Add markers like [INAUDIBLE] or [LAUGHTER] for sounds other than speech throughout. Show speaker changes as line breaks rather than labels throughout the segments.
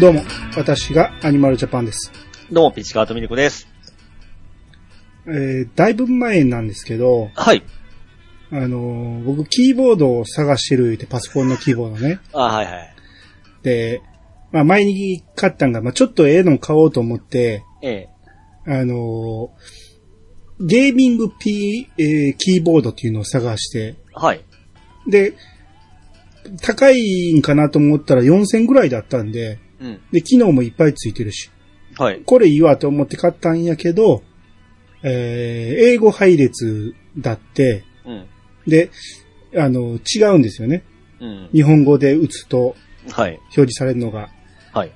どうも、私がアニマルジャパンです。
どうも、ピチカートミルコです。
えー、だいぶ前なんですけど、
はい。
あのー僕キーボードを探してるってパソコンのキーボードね。
あはいはい。
で、まあ前に買ったんが、まあちょっとええの買おうと思って、
ええ。
あのーゲーミング P、えーキーボードっていうのを探して、
はい。
で、高いんかなと思ったら4000ぐらいだったんで、
うん。
で、機能もいっぱいついてるし、
はい。
これいいわと思って買ったんやけど、えー、英語配列だって、
うん。
で、あの、違うんですよね。
うん。
日本語で打つと
はい。
表示されるのが。
はい。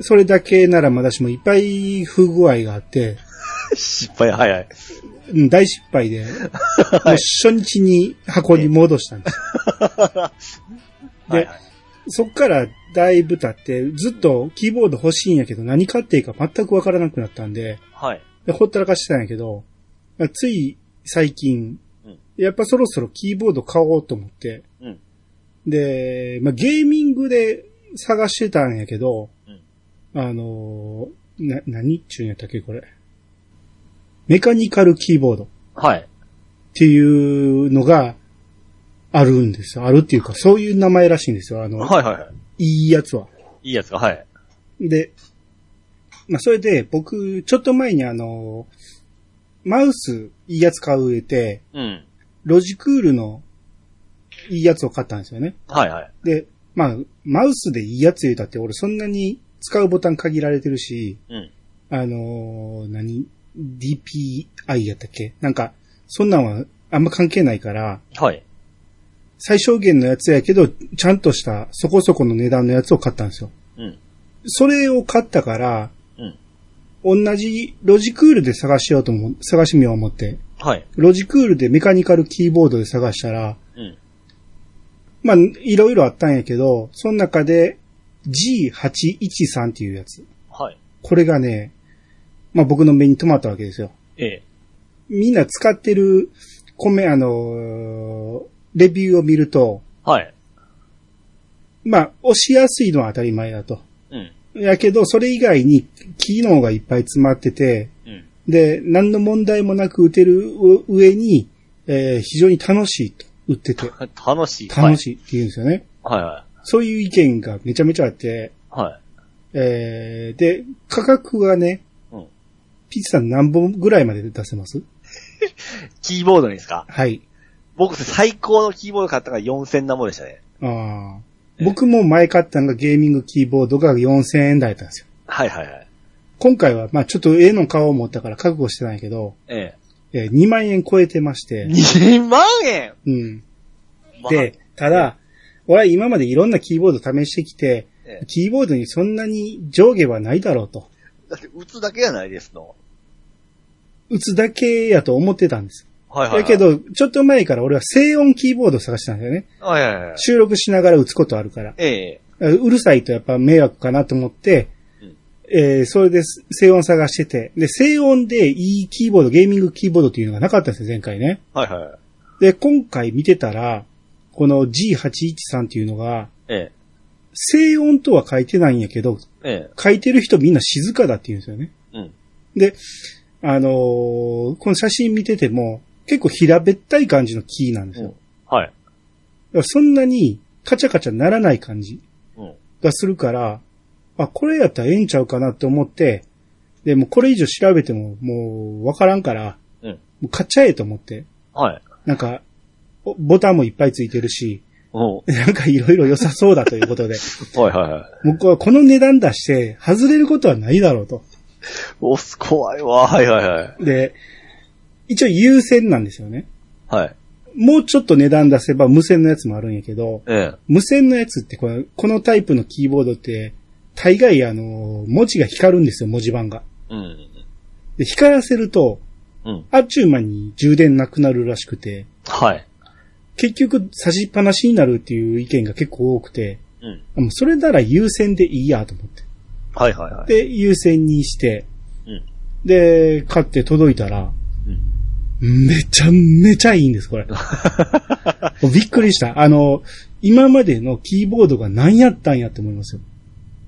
それだけならまだしもいっぱい不具合があって、
失敗、はいはい。
うん大失敗で、もう初日に箱に戻したんです。
はいはい。
そっからだいぶ経って、ずっとキーボード欲しいんやけど何買っていいか全くわからなくなったんで、
はい。
でほったらかしてたんやけど、つい最近
うん、
やっぱそろそろキーボード買おうと思って、
うん。
で、まあ、ゲーミングで探してたんやけど、
うん
あのーな、何っちゅうんやったっけ、これ。メカニカルキーボードっ
はい。
ていうのがあるんですよ。あるっていうか、そういう名前らしいんですよ。あの、、
はいはいはい
いやつは。
い。いいやつが、はい。
で、まあ、それで、僕、ちょっと前にあのーマウス、いいやつ買うえて、
うん。
ロジクールのいいやつを買ったんですよね。
はいはい。
で、まあ、マウスでいいやつ言うたって、俺そんなに使うボタン限られてるし、
うん。
あのー何 ?DPI やったっけなんか、そんなんはあんま関係ないから、
はい。
最小限のやつやけど、ちゃんとしたそこそこの値段のやつを買ったんですよ。
うん。
それを買ったから、
うん。
同じロジクールで探しようと思う、探しみよう思って。
はい。
ロジクールでメカニカルキーボードで探したら、
うん。
まあ、いろいろあったんやけど、その中で G813 っていうやつ。
はい。
これがね、まあ僕の目に留まったわけですよ。
ええ。
みんな使ってるコメ、あのーレビューを見ると、
はい。
まあ、押しやすいのは当たり前だと。
うん。
やけど、それ以外に機能がいっぱい詰まってて、
うん。
で、何の問題もなく打てるう上に、えー非常に楽しいと、打ってて、
楽しい。
楽しいって言うんですよね。
い。はいは
そういう意見がめちゃめちゃあって、
い。はい。
えーで、価格がね、
うん
ピッツさん何本ぐらいまで出せます
キーボードにですか
はい。
僕、最高のキーボード買ったのが4000なもんでしたね。
あー僕も前買ったのがゲーミングキーボードが4000円台だったんですよ。
はいはいはい。
今回は、まあちょっと絵の顔を持ったから覚悟してないけど、え
え
ー2万円超えてまし
え。
て、
2万円
うん。
まあ
で、ただ、俺は今までいろんなキーボード試してきて、
ええ
キーボードにそんなに上下はないだろうと。
だって打つだけじゃないですの。
打つだけやと思ってたんです。
はいはい、はい。
だけ、ど、ちょっと前から俺は静音キーボードを探してたんだよね。
はいはいはい。
収録しながら打つことあるから。
ええ。
うるさいとやっぱ迷惑かなと思って、
うん
えーそれで静音探してて、で、静音でいいキーボード、ゲーミングキーボードっていうのがなかったんですよ、前回ね。
はいはい。
で、今回見てたら、この G813 っていうのが、
え
静音とは書いてないんやけど、
え。え
書いてる人みんな静かだって言うんですよね。
え。うん。
で、あのーこの写真見てても、結構平べったい感じのキーなんですよ。
はい。
だからそんなにカチャカチャならない感じ
うん。
がするから、あ、これやったらええんちゃうかなって思って、で、もうこれ以上調べてももうわからんから、
うん。
もう買っちゃえと思って。
はい。
なんか、おボタンもいっぱいついてるし、 [LAUGHS]
うん。
なんかいろいろ良さそうだということで、
はいはいはい。
僕はこの値段出して外れることはないだろうと。
おす、怖いわ。はいはいはい。
で、一応優先なんですよね。
はい。
もうちょっと値段出せば無線のやつもあるんやけど、
え
無線のやつってこのこのタイプのキーボードって、大概あの、文字が光るんですよ、文字盤が。
え。うん。
で、光らせると、
うん。
あっちゅう間に充電なくなるらしくて、
はい。
結局差しっぱなしになるっていう意見が結構多くて、
うん。
あもうそれなら優先でいいやと思って。
はいはいはい。
で、優先にして、
うん。
で、買って届いたら、
うん。
めちゃめちゃいいんです、これ。びっくりした。あの、今までのキーボードが何やったんやって思いますよ。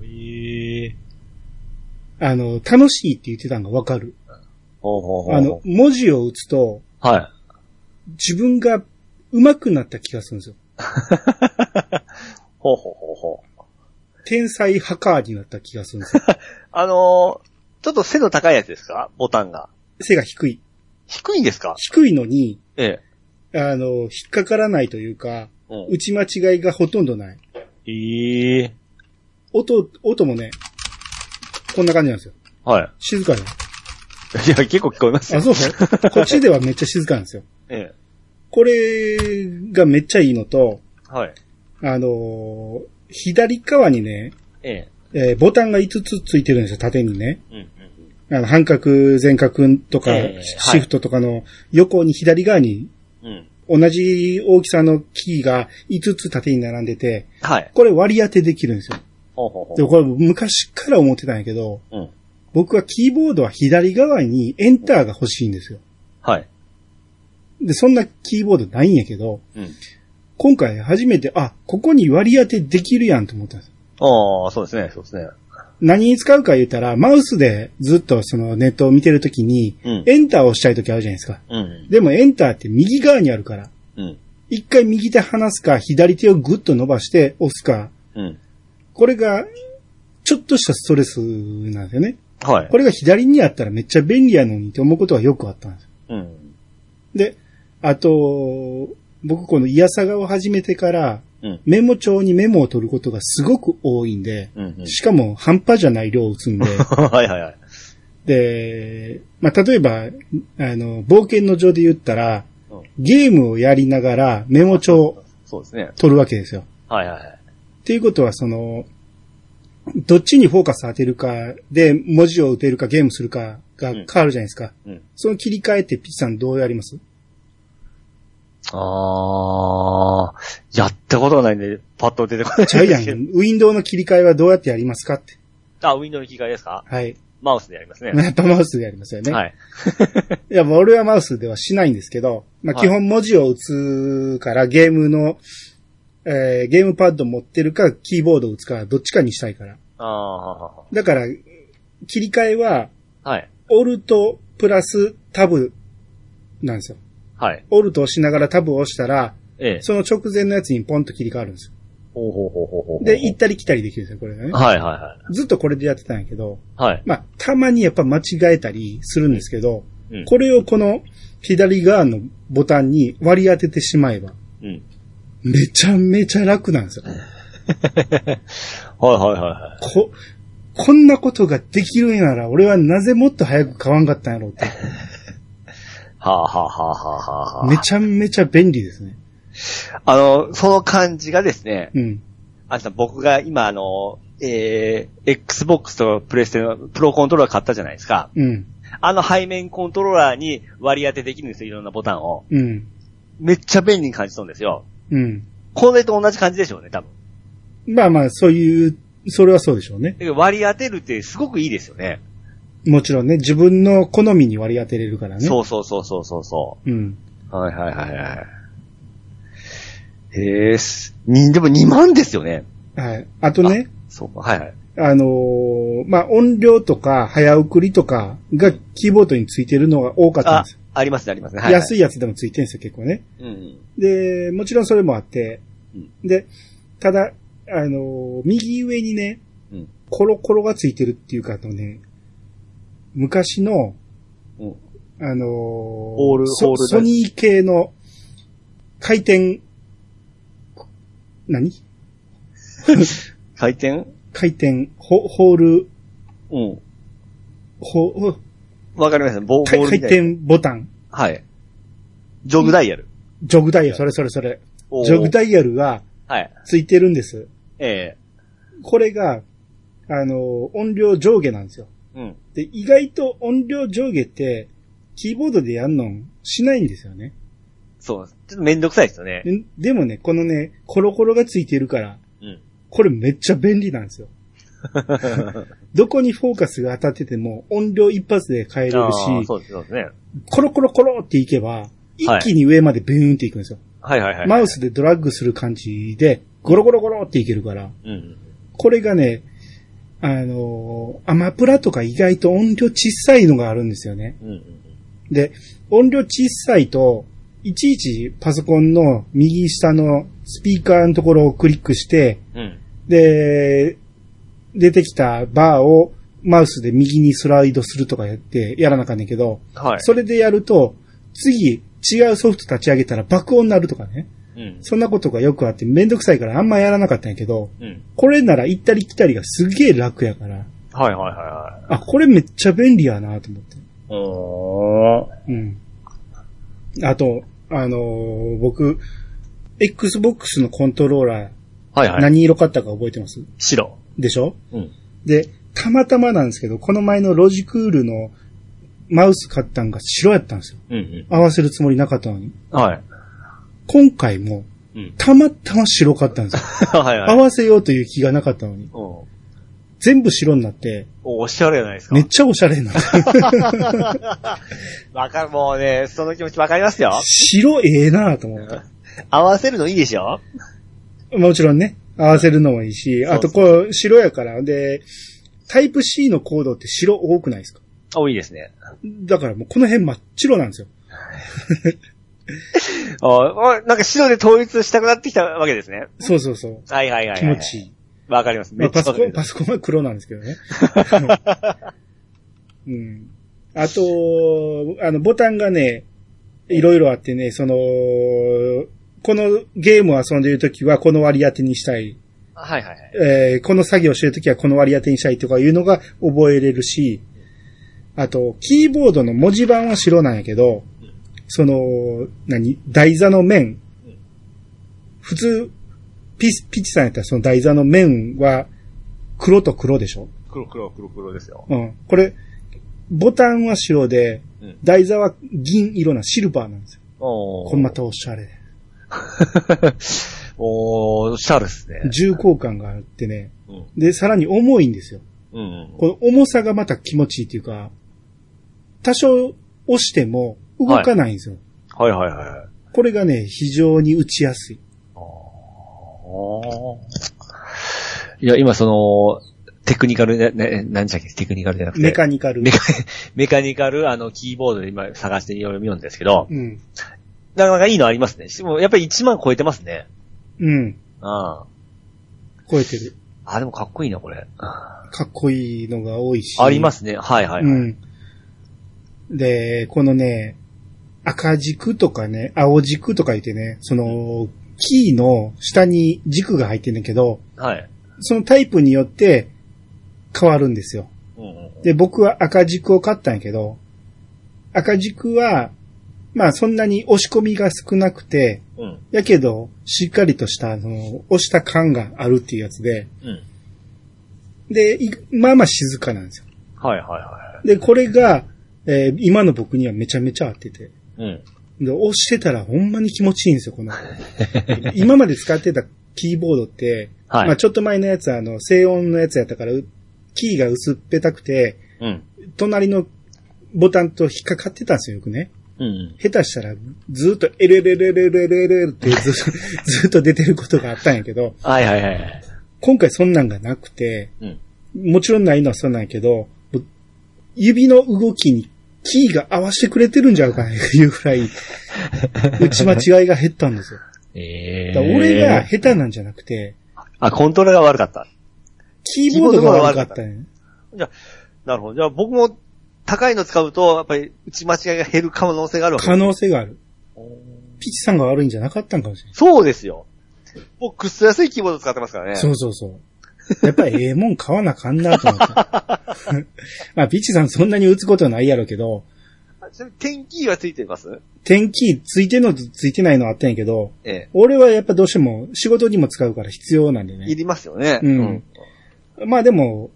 え
あの、楽しいって言ってたのがわかる。
ほうほうほう。
あの、、文字を打つと、
はい。
自分が上手くなった気がするんですよ。
ほうほうほうほう。
天才ハカーになった気がするんですよ。
あのーちょっと背の高いやつですかボタンが。
背が低い。
低いんですか
低いのに、
え
あの、引っかからないというか、
え。うん。
打ち間違いがほとんどない。
ええ
音、音もね、こんな感じなんですよ。
はい。
静かで。
いや、結構聞こえます
あ、
よ。
そうそう。こっちではめっちゃ静かなんですよ。
ええ。
これがめっちゃいいのと、
はい。
あのー左側にね、
ええ。
えーボタンが5つついてるんですよ、縦にね。
うん、うん。
あの、半角、全角とか、
ええ
シフトとかの横に左側に
うん。
同じ大きさのキーが5つ縦に並んでて、
はい。
これ割り当てできるんですよ。
ほうほうほう。
で、これ昔から思ってたんやけど、
うん。
僕はキーボードは左側にエンターが欲しいんですよ。
はい。
で、そんなキーボードないんやけど、
うん。
今回初めて、あ、ここに割り当てできるやんと思ったんです。
ああ、そうですね、そうですね。
何に使うか言ったら、マウスでずっとそのネットを見てるときに、
うん。
エンターを押したいときあるじゃないですか。
うん。
でもエンターって右側にあるから、
うん。
一回右手離すか、左手をぐっと伸ばして押すか、
うん。
これが、ちょっとしたストレスなんですよね。
はい
こ。れが左にあったらめっちゃ便利やのにって思うことがよくあったんです。
うん。
で、あと、僕このイヤサガを始めてから、
うん。
メモ帳にメモを取ることがすごく多いんで、
うん。うん。
しかも半端じゃない量を打つんで、
[LAUGHS] はいはいはい。
で、まあ、例えば、あの、冒険の上で言ったら
うん、
ゲームをやりながらメモ帳を
そうですね。
取るわけですよ。
はいはいはい。
っていうことは、その、どっちにフォーカス当てるかで、文字を打てるかゲームするかが変わるじゃないですか。
うん。
その切り替えってピッチさんどうやります [LAUGHS]
ああ、やったことがないんで、パッと出てこない。
ジャイアン、ウィンドウの切り替えはどうやってやりますかって。
あ、ウィンドウの切り替えですか
はい。
マウスでやりますね。
やっぱマウスでやり [LAUGHS] ますよね。
はい。
いや、もう俺はマウスではしないんですけど、まあ、
は
基
い
本文字を打つからゲームの、えーゲームパッド持ってるか、キーボードを打つか、どっちかにしたいから。
ああ、
だから、切り替えは、
はい。
オルトプラスタブなんですよ。
はい。
オルトを押しながらタブを押したら、
ええ。
その直前のやつにポンと切り替わるんですよ。
ほうほうほうほうほう。
で、行ったり来たりできるんですよ、これがね。
はいはいはい。
ずっとこれでやってたんやけど、
はい。
まあ、たまにやっぱ間違えたりするんですけど、
うん。
これをこの左側のボタンに割り当ててしまえば、
うん。
めちゃめちゃ楽なんですよ。
[LAUGHS] はいはいはいはい。
こ、こんなことができるんなら、俺はなぜもっと早く買わんかったんやろうって。
はあ、はあはあはあはあ、
めちゃめちゃ便利ですね。
あの、その感じがですね、
うん。
あんた僕が今あの、えー、Xbox とプレステのプロコントローラー買ったじゃないですか。
うん。
あの背面コントローラーに割り当てできるんですよ、いろんなボタンを。
うん。
めっちゃ便利に感じそうですよ。
うん。
これと同じ感じでしょうね、多分。
まあまあ、そういう、それはそうでしょうね。
だけど割り当てるってすごくいいですよね。
もちろんね、自分の好みに割り当てれるからね。。
そうそうそうそうそうそう
うん。
う。はいはいはいはい。へえ、す、に、でも2万ですよね。
はい。あとね、
そうか、はいはい。
あのーまあ、音量とか、早送りとかがキーボードについてるのが多かったん
あ
ですよ。、
ありますね、ありますね。はい、はい。
安いやつでもついてるんですよ、結構ね。
うん。
で、もちろんそれもあって
うん。
で、ただ、あのー右上にね、
うん。
コロコロがついてるっていうか、あとね、昔の、
うん。
あのー
ール
ソ
ホール
ソニー系の回転、何
回転
回転、ホホール、
うん。
ホホ
わかりました。ボボー
回
ルみ
回
たいな。
転ボタン。
はい。ジョグダイヤル。
ジョグダイヤル、それそれそれ。
おー
ジョグダイヤルが
はい。
ついてるんです。
え
これが、あの、音量上下なんですよ。
えうん。
で、意外と音量上下って、キーボードでやんのしないんですよね。
そう。ちょっとめんどくさいですよね。
ででもね、このね、コロコロがついてるから、
うん。
これめっちゃ便利なん
[LAUGHS]
ですよ。どこにフォーカスが当たってても音量一発で変えれ
あ
る
ー
し、
そうですそうですね。
コロコロコロっていけば、一気に上までビューンっていくんですよ。
はいはいはい。
マウスでドラッグする感じで、ゴロゴロゴロっていけるから、
うん。
これがね、あの、アマプラとか意外と音量小さいのがあるんですよね。
うんうん
で、音量小さいと、いちいちパソコンの右下のスピーカーのところをクリックして、
うん。うん。
で、出てきたバーをマウスで右にスライドするとかやってやらなあかんねんけど、
はい。
それでやると、次違うソフト立ち上げたら爆音になるとかね。
うん。
そんなことがよくあってめんどくさいからあんまやらなかったんやけど、
うん。
これなら行ったり来たりがすげえ楽やから、
はいはいは
あ、これめっちゃ便利やなと思って。
いはい。お
う
ー。
ん。あと、あのー僕、Xbox のコントローラー、
はいはい。
何色買ったか覚えてます
白。
でしょ
うん。
で、たまたまなんですけど、この前のロジクールのマウス買ったんが白やったんですよ。
うんうん。
合わせるつもりなかったのに。
はい。
今回も、
うん。 [LAUGHS]
たまたま白買ったんですよ。
はいは
合
い。
わせようという気がなかったのに。
お
全部白になって、
おしゃれじゃないですか
め。っちゃオシャレになった。
わかる、もうね、その気持ちわかりますよ。
白ええなぁと思って。
合わせるのいいでしょ
もちろんね、合わせるのもいいし、あとこう、白やから、で、タイプ C のコードって白多くないですか
多いですね。
だからもうこの辺真っ白なんですよ。
ああなんか白で統一したくなってきたわけですね。
そうそうそう。
はいはいはい。
気持ちい。い。
わかります。
ま
め
あ、
っち
パ
ゃ
ソ
わか
コ
り
ン、
ま
パ
す。
ソコンは黒なんですけどね。うん。あと、あの、ボタンがね、いろいろあってね、その、このゲームを遊んでいるときはこの割り当てにしたい。
はいはいはい。
えーこの作業してるときはこの割り当てにしたいとかいうのが覚えれるし、あと、キーボードの文字盤は白なんやけど、その、何台座の面
うん。
普通、ピス、ピチさんやったらその台座の面は黒と黒でしょ
黒黒黒黒ですよ。
うん。これ、ボタンは白で
うん、
台座は銀色なシルバーなんですよ。
お
これま。たおしゃれ。
おー、 [LAUGHS] シャルですね。
重厚感があってね。
うん。
で、さらに重いんですよ。
うん。
この重さがまた気持ちいいというか、多少押しても動かないんですよ。
はいはいはい。
これがね、非常に打ちやすい。
おーいや、今その、テクニカルね、ね、何じゃっけ、テクニカルじゃなくて。
メカニカル。
メカ、メカニカル、あの、キーボードで今探して読むんですけど、
うん。
なかなかいいのありますね。しもやっぱり1万超えてますね。
うん。
あ
超えてる。
あ、でもかっこいいな、これ。あ
かっこいいのが多いし。。
りますすね。はいはい、はい。
うん。で、このね、赤軸とかね、青軸とか言ってね、その、キーの下に軸が入ってんだけど、
はい。
そのタイプによって変わるんですよ。
うんうん
で、僕は赤軸を買ったんやけど、赤軸は、まあそんなに押し込みが少なくて、
うん。うん。
やけど、しっかりとした、あの、押した感があるっていうやつで、
うん。
で、いまあまあ静かなんですよ。
はいはいは
で、これが、えー今の僕にはめちゃめちゃ合ってて。
い。うん。
で、押してたらほんまに気持ちいいんですよ、
[LAUGHS]
この。今まで使ってたキーボードって、
はい。
まあちょっと前のやつは、あの、静音のやつやったから、うキーが薄っぺたくて、
うん。
隣のボタンと引っかかってたんですよ、よくね。
うんうん。
下手したら、ずっと、エレレレレレレレって [LAUGHS] ずっとずっと出てることがあったんやけど、
はいはいはいはい。
今回そんなんがなくて、
うん。
もちろんないのはそうなんやけど、もう指の動きにキーが合わせてくれてるんじゃうかな、いうぐらい、打ち間違いが減ったんですよ。
ええ
だから俺が、下手なんじゃなくて、
あ、コントローラーが悪かった。
キーボードが悪かったね。
なるほど。じゃあ僕も高いの使うと、やっぱり打ち間違いが減る可能性があるわけ
可能性がある。
おー
ピチさんが悪いんじゃなかったんかもしれない。
そうですよ。僕、くっそ安いキーボード使ってますからね。
そうそうそう。やっぱりええもん買わなあかんなと思って。 [LAUGHS] まあ、ピチさんそんなに打つことはないやろうけど、
あちなみに、点キーはついてます
点キーついてんのとついてないのあったんやけど、
ええ。
俺はやっぱどうしても仕事にも使うから必要なんでね
い。りますよね。
うんまあでも、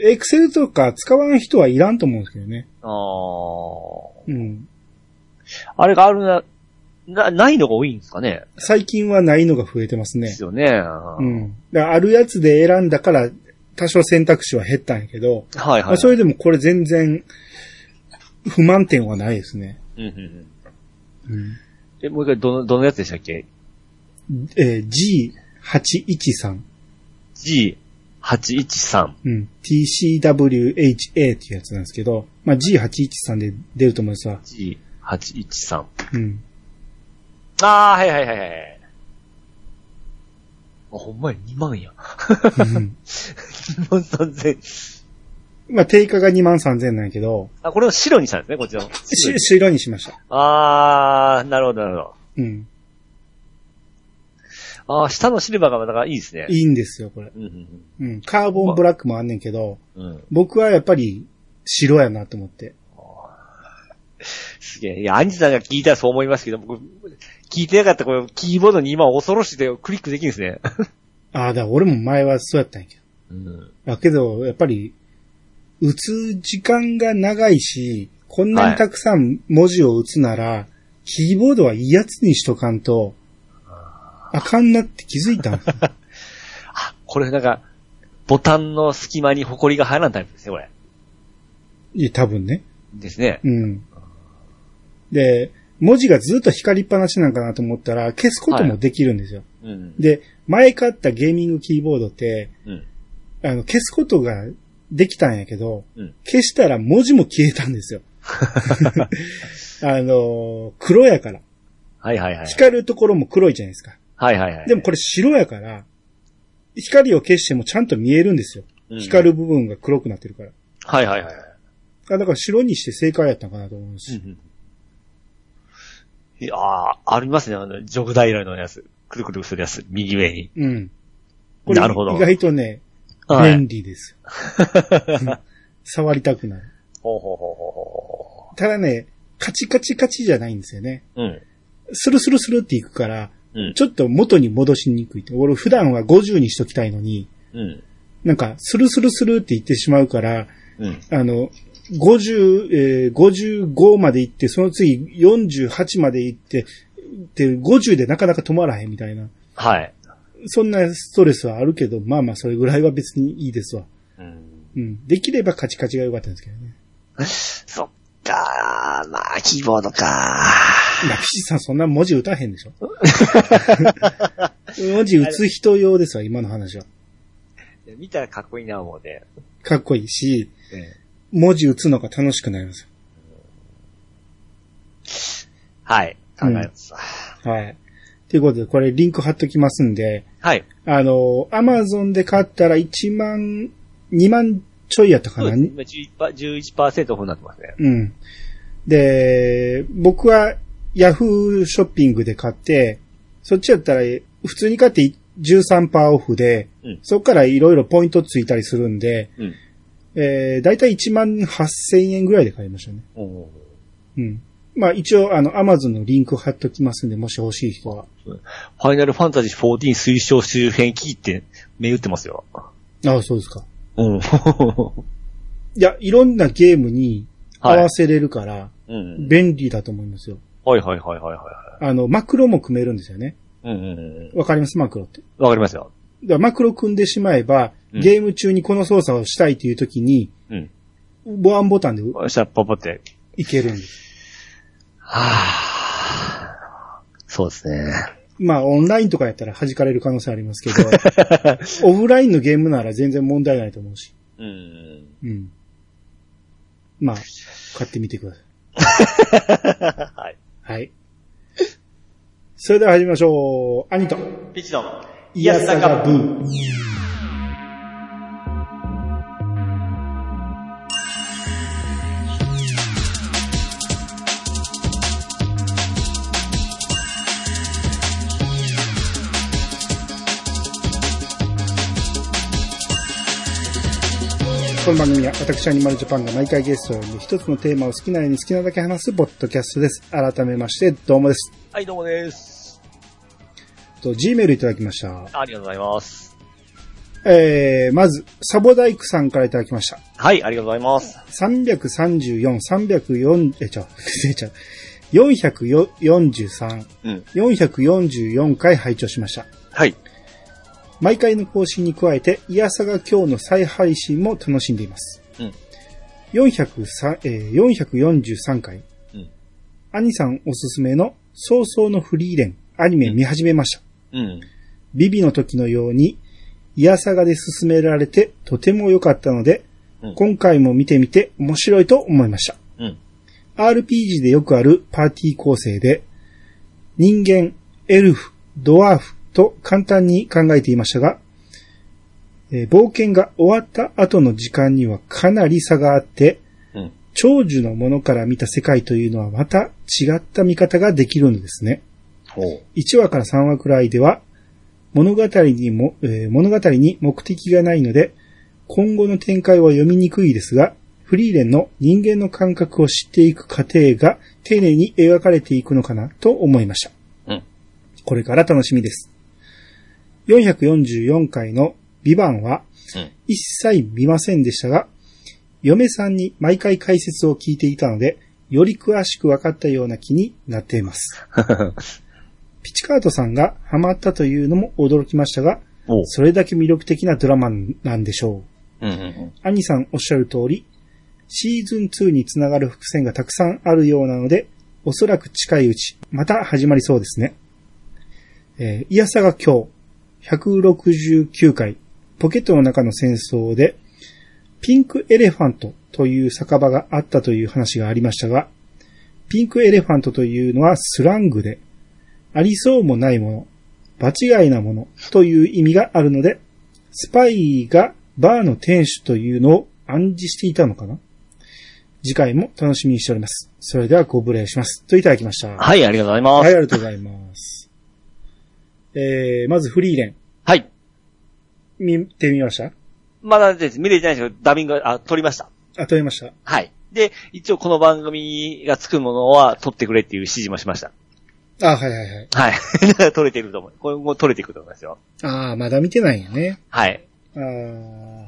エクセルとか使わん人はいらんと思うんですけどね。
ああ。
うん。
あれがあるな、な、ないのが多いんですかね。
最近はないのが増えてます
で
ね
す。よね。
う
うん。
ん。だからあるやつで選んだから、多少選択肢は減ったんやけど、
はいは
まあ
い。
それでもこれ全然、不満点はないですね。
うんうんう
う
ん。
ん。
え、もう一回、どの、どのやつでしたっけ
えー G813。
?G。 813。
うん。tcwha っていうやつなんですけど、まあ、G813 で出ると思うんですわ。
G813。
うん。
ああ、はいはいはいはい。あ、ほんまや、2万や。
うん [LAUGHS]
2万3000。
まあ、定価が2万3000なんやけど、
あ、これを白にしたんですね、こっちの。
し白にしました。
あー、なるほど、なるほ
うん。
ど。あー、下のシルバーがまたいいですね。
いいんですよ、これ。
うんうん
うん。カーボンブラックもあんねんけど、
うん、うん。
僕はやっぱり白やなと思って。
すげえ。いや、アンジさんが聞いたらそう思いますけど、僕、聞いてなかったこれ、キーボードに今恐ろしいでクリックできるんですね。
ああ、だから俺も前はそうやったんやけど。
うん。
だけど、やっぱり、打つ時間が長いし、こんなにたくさん文字を打つなら、キーボードはいいやつにしとかんと、あかんなって気づいたんです [LAUGHS] よ
あ、これなんか、ボタンの隙間に埃が入らんタイプですね、これ。
いや、多分ね。
ですね。
うん。で、文字がずっと光りっぱなしなんかなと思ったら、消すこともできるんですよ。
うん。
で、前買ったゲーミングキーボードって、
うん。
あの、消すことができたんやけど、
うん
消したら文字も消えたん
[LAUGHS]
ですよ。あのー黒やから。
はいはいはい。
光るところも黒いじゃないですか。
はいはいはい。
でもこれ白やから、光を消してもちゃんと見えるんですよ。
うん
光る部分が黒くなってるから。
はいはいはい。
あだから白にして正解やったのかなと思うんです。
いやーありますね、あの、ジョグダイラのやつ。くるくるするやつ、右上に。
うん。これ
なるほど。
意外とね、
はい
便。利ですよ。
[LAUGHS]
うん触りたくなる。
ほうほうほうほうほ
ただね、カチカチカチじゃないんですよね。
うほう。うん。
スルスルスルっていくから、
うん。
ちょっと元に戻しにくいと。俺普段は50にしときたいのに、
うん。
なんか、スルスルスルって言ってしまうから、
うん。
あの、50、えー55まで行って、その次48まで行って、で、50でなかなか止まらへんみたいな。
はい。
そんなストレスはあるけど、まあまあ、それぐらいは別にいいですわ。
うん。
うん。できればカチカチが良かったんですけどね。
そっかー、まあ、キーボードか
まあ、岸さんそんな文字打たへんでしょ文字打つ人用ですわ、今の話は。
ー。いや見たらかっこいいな思うね。
かっこいいし、
ええ
文字打つのが楽しくなります
はい。考えます。
よ。はい。ということで、これリンク貼っときますんで、
はい。
あの、アマゾンで買ったら1万、2万ちょいやったか
そう
な
ですね。今11%パ11%オフになってますね。
うん。で、僕はヤフーショッピングで買って、そっちやったら普通に買って13%オフで、
うん
そっからいろいろポイントついたりするんで、
うん。
えー、だいたい1万8000円ぐらいで買いましたね。
おー
うん。まあ一応あの、アマゾンのリンク貼っときますんで、もし欲しい人は。
ファイナルファンタジー14推奨周辺キーって目打ってますよ。
ああ、そうですか。
うん。
いや、いろんなゲームに合
はい
わ。せれるから、
[LAUGHS] うん。
便利だと思いますよ。
はいはいはいはいは
あの、マクロも組めるんですよね。
い。うんうんうん。
わかりますマクロって。
わかりますよ。
だからマクロ組んでしまえば、
うん
ゲーム中にこの操作をしたいという時に、
うん。
ボアンボタンで
そしたらポポって。
いけるんです。
はぁ。そうですね。
まあ、オンラインとかやったら弾かれる可能性あります
[LAUGHS]
けど、オフラインのゲームなら全然問題ないと思うし。
うん。 [LAUGHS]
うん。まあ、買ってみてください。
はい。
はい。それでは始めましょう。兄と、
ピッチの、
いやさがブー。この番組は私アニマルジャパンが毎回ゲストを呼んで一つのテーマを好きなように好きなだけ話すポッドキャストです。改めまして、どうもです。
はい、どうもです。
と、G メールいただきました。
ありがとうございます。
えー、まず、サボダイクさんからいただきました。
はい、ありがとうございます。
334、304、え、ち [LAUGHS] ゃう、え、ちゃう、443、
うん。
444回拝聴しました。
はい。
毎回の更新に加えて、イヤサガ今日の再配信も楽しんでいます。
うん
403えー443回。
うん
兄さんおすすめの早々のフリーレン、アニメ見始めました。
うん。
ビビの時のように、イヤサガで進められてとても良かったので、
うん
今回も見てみて面白いと思いました。
うん。
RPG でよくあるパーティー構成で、人間、エルフ、ドワーフと簡単に考えていましたが、えー冒険が終わった後の時間にはかなり差があって、
うん。
長寿のものから見た世界というのはまた違った見方ができるのですね。
ほう。
1話から3話くらいでは、物語にも、えー物語に目的がないので、今後の展開は読みにくいですが、フリーレンの人間の感覚を知っていく過程が丁寧に描かれていくのかなと思いました。
うん。
これから楽しみです。444回のビバンは
うん、
一切見ませんでしたが、嫁さんに毎回解説を聞いていたので、より詳しく分かったような気になっています。ピチカートさんがハマったというのも驚きましたが、
[LAUGHS] お [LAUGHS] う。
それだけ魅力的なドラマなんでしょう。
うんうんうん。
アニさんおっしゃる通り、シーズン2につながる伏線がたくさんあるようなので、おそらく近いうち、また始まりそうですね。えー、イヤサが今日、169回、ポケットの中の戦争で、ピンクエレファントという酒場があったという話がありましたが、ピンクエレファントというのはスラングで、ありそうもないもの、場違いなものという意味があるので、スパイがバーの店主というのを暗示していたのかな次回も楽しみにしております。それではご無礼します。といただきました。はい、
はい、ありがとうございま
あり
す。
がとうございます。 [LAUGHS] えー、まずフリーレン、
はい。
見てみました
まだです。見れてないんですけど、ダビング、あ、撮りました。
あ、撮りました。
はい。で、一応この番組がつくものは撮ってくれっていう指示もしました。
あ、はいはいはい。
はい。だから [LAUGHS] 撮れてると思う。これも撮れていくと思いますよ。
あー、まだ見てないんやね。
はい。
あー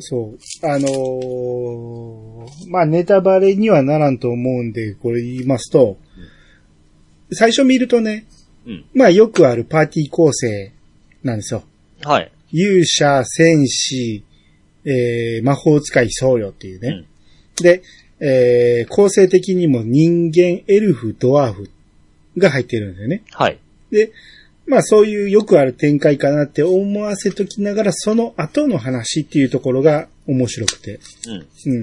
そう。あのーまあ、ネタバレにはならんと思うんで、これ言いますと、最初見るとね、
うん。
まあ、よくあるパーティー構成なんですよ。
はい。
勇者、戦士、えー、魔法使い、僧侶っていうね。で、えー、構成的にも人間、エルフ、ドワーフが入ってるんですよね。
はい。
で、まあそういうよくある展開かなって思わせときながら、その後の話っていうところが面白くて。
うん。
う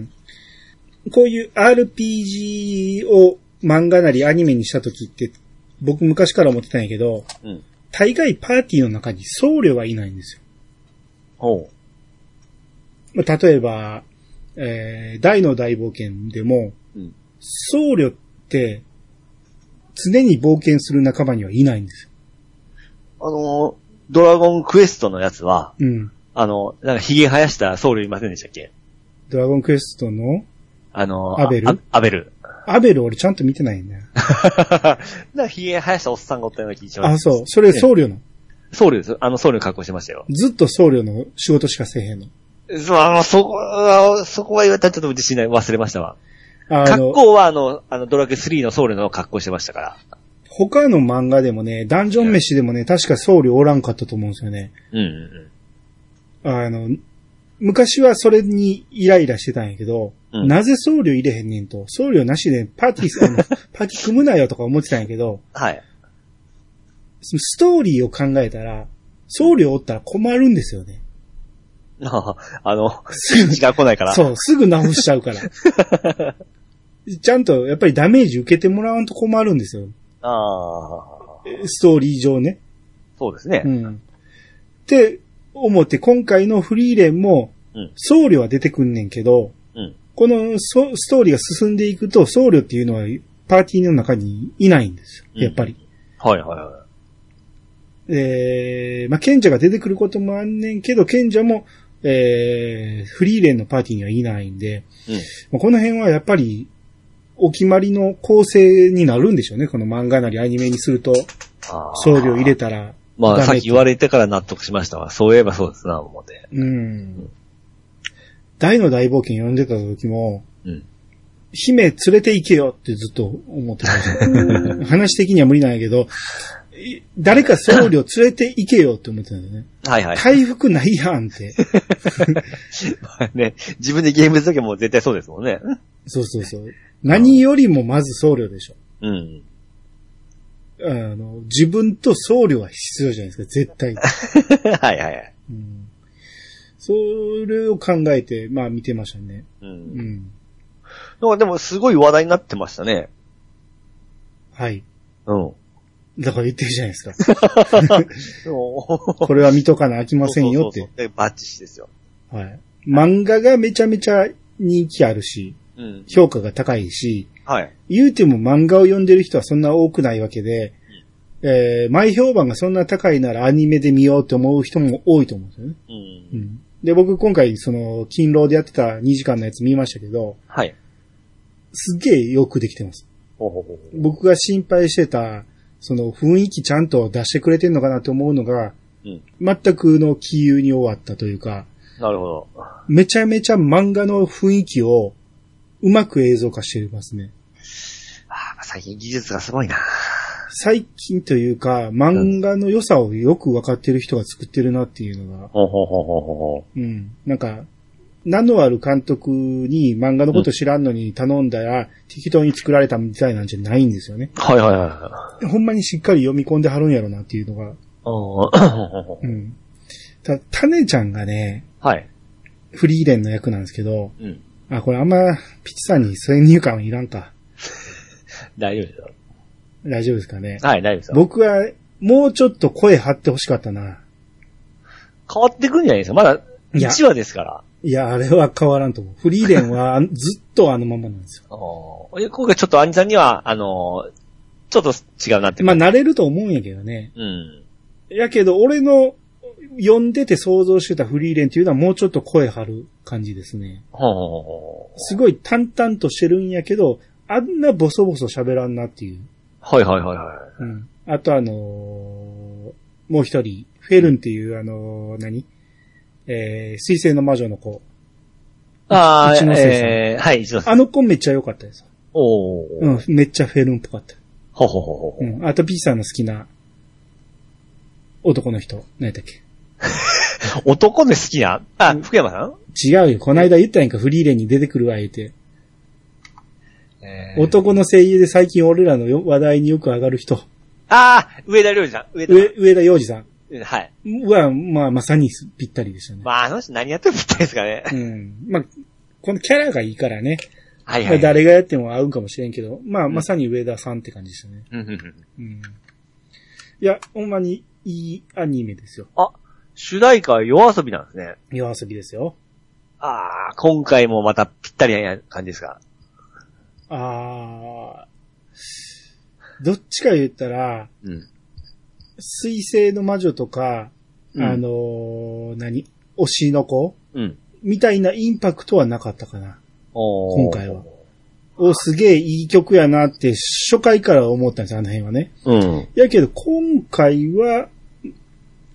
ん。こういう RPG を漫画なりアニメにしたときって、僕昔から思ってたんやけど、
うん。
大概パーティーの中に僧侶はいないんですよ。
ほう。
まあ例えば、えー、大の大冒険でも、
うん
僧侶って、常に冒険する仲間にはいないんですよ。
あの、ドラゴンクエストのやつは、
うん。
あの、なんか髭生やした僧侶いませんでしたっけ
ドラゴンクエストの
あの、
アベル
あアベル。 [LAUGHS]
アベル俺ちゃんと見てないんだよ。
なんか髭生やしたおっさんがおったような気がしま
あ、
す。
そう。それ僧侶の。
僧侶です。あの僧侶の格好してましたよ。
ずっと僧侶の仕事しかせえへんの。
そう、あの、そこは、そこは言われたらちょっと自信ない。忘れましたわ。
あ
格
の、
好はあの、あの、ドラクエ3の僧侶の格好してましたから。
他の漫画でもね、ダンジョン飯でもね、確か僧侶おらんかったと思うんですよね。
うんうん
あの、昔はそれにイライラしてたんやけど、
うん
なぜ僧侶入れへんねんと、僧侶なしでパーティーする
[LAUGHS]
の、パーティー組むなよとか思ってたんやけど、
うん。はい。 [LAUGHS]
そのストーリーを考えたら、僧侶おったら困るんですよね。
ああの、スイッチが来ないから。
そう、すぐ直しちゃうから。
[LAUGHS]
ちゃんと、やっぱりダメージ受けてもらわんと困るんですよ。
ああ、
ストーリー上ね。
そうですね
う。ん。って思って、今回のフリーレンも
うん、
僧侶は出てくんねんけど、
うん。
このそストーリーが進んでいくと、僧侶っていうのはパーティーの中にいないんです
うん
よ。やっぱり。
はいはいは
えー、まあ、賢者が出てくることもあんねんけど、賢者も、えー、フリーレンのパーティーにはいないんで、
い。うん。
まあこの辺はやっぱり、お決まりの構成になるんでしょうね。この漫画なりアニメにすると、
ああ
僧侶入れたら、
ま
ダメっ
あ、
て
さっき言われてから納得しましたわ。そういえばそうですな、思って。
うん。大の大冒険読んでた時も、
うん。
姫連れて行けよってずっと思ってました。話的には無理なんやけど、い誰か僧侶連れて行けよって思ってたんだよね。
はいはい。
回復ないやんって。
[LAUGHS] ね、自分でゲームした時も絶対そうですもんね。
そうそうそう。何よりもまず僧侶でしょ。
うん。 [LAUGHS]
あの、自分と僧侶は必要じゃないですか、絶対。
はいはいはい。
うんそれを考えて、まあ見てましたね。
う。
うんん。
なんかでも、すごい話題になってましたね。
はい。
うん。
[LAUGHS] だから言ってるじゃないで
[LAUGHS]
すか。
でも
これは見とかなあきませんよっ
そう
て
そう。そうでバッチシですよ。
はい。漫画がめちゃめちゃ人気あるし、
うん。
評価が高いし、
はい。
言うても漫画を読んでる人はそんな多くないわけで、えー、前評判がそんな高いならアニメで見ようって思う人も多いと思うんですよね。
う。
うんん。で、僕今回その、勤労でやってた2時間のやつ見ましたけど、
はい。
すっげえよくできてます。
ほうほうほうほう
僕が心配してた、その雰囲気ちゃんと出してくれてんのかなと思うのが、
うん
全くの杞憂に終わったというか、
なるほど。
めちゃめちゃ漫画の雰囲気をうまく映像化してますね。
ああ、最近技術がすごいな。
最近というか、漫画の良さをよくわかってる人が作ってるなっていうのが、
ほうほうほうほうほうほ
うん。なんか、名のある監督に漫画のこと知らんのに頼んだら、適当に作られたみたいなんじゃないんですよね。
う。はいはいはいは
ほんまにしっかり読み込んではるんやろなっていうのが、う
い。うん。
ん。た、タネちゃんがね、
[LAUGHS] はい。
フリーレンの役なんですけど、
うん。
あ、これあんま、ピチさんに先入観いらんか。
大丈夫ですよ。
大丈夫ですかね。
はい、大丈夫ですよ。
僕は、もうちょっと声張ってほしかったな。
変わってくんじゃないですかまだ
いや
1話ですから。
いや、あれは変わらんと思う。フリーレンはあんずっとあのままなんですよ。
あーえ今回ちょっと兄さんには、あのー、ちょっと違うなっ
[LAUGHS]
て。
まあ、慣れると思うんやけどね。
うん。
やけど、俺の、読んでて想像してたフリーレンっていうのはもうちょっと声張る感じですね。
ほうほうほうほう
すごい淡々としてるんやけど、あんなボソボソ喋らんなっていう。
はいはいはいはい。
うん。あとあのーもう一人、フェルンっていうあのー何えー、水星の魔女の子。
ああ、
一ノ瀬さん
えー、はい、一ノ瀬さん。
あの子めっちゃ良かったです。
おお。
うん、めっちゃフェルンっぽかった。
ほうほうほうほう。
うん。あと、ピーさんの好きな、男の人、何やったっけ
男で好きな、あ、福山さん
違うよ。こないだ言ったやんか、フリーレンに出てくるわ、言うて。
えー
男の声優で最近俺らのよ話題によく上がる人。
ああ、上田良二さん。上田
上、上田洋二さ
はい。
んは、まあ、まさにぴったりでしたね。
まあ、あの人何やってるみたいですかね。
うん。まあ、このキャラがいいからね。
はい
ま
は
あ
い。
誰がやっても合うんかもしれんけど、まあ、まさに上田さんって感じでしたね。
うんうんうん
うん。いや、ほんまにいいアニメですよ。
主題歌は夜遊びなんですね。
夜遊びですよ。
ああ、今回もまたぴったりな感じですか。
あーどっちか言ったら、
うん。
水星の魔女とか、
うん
あのー何推しの子
うん。
みたいなインパクトはなかったかな。
おー
今回は。お、すげえいい曲やなって初回から思ったんです、あの辺はね。
うん。
やけど今回は、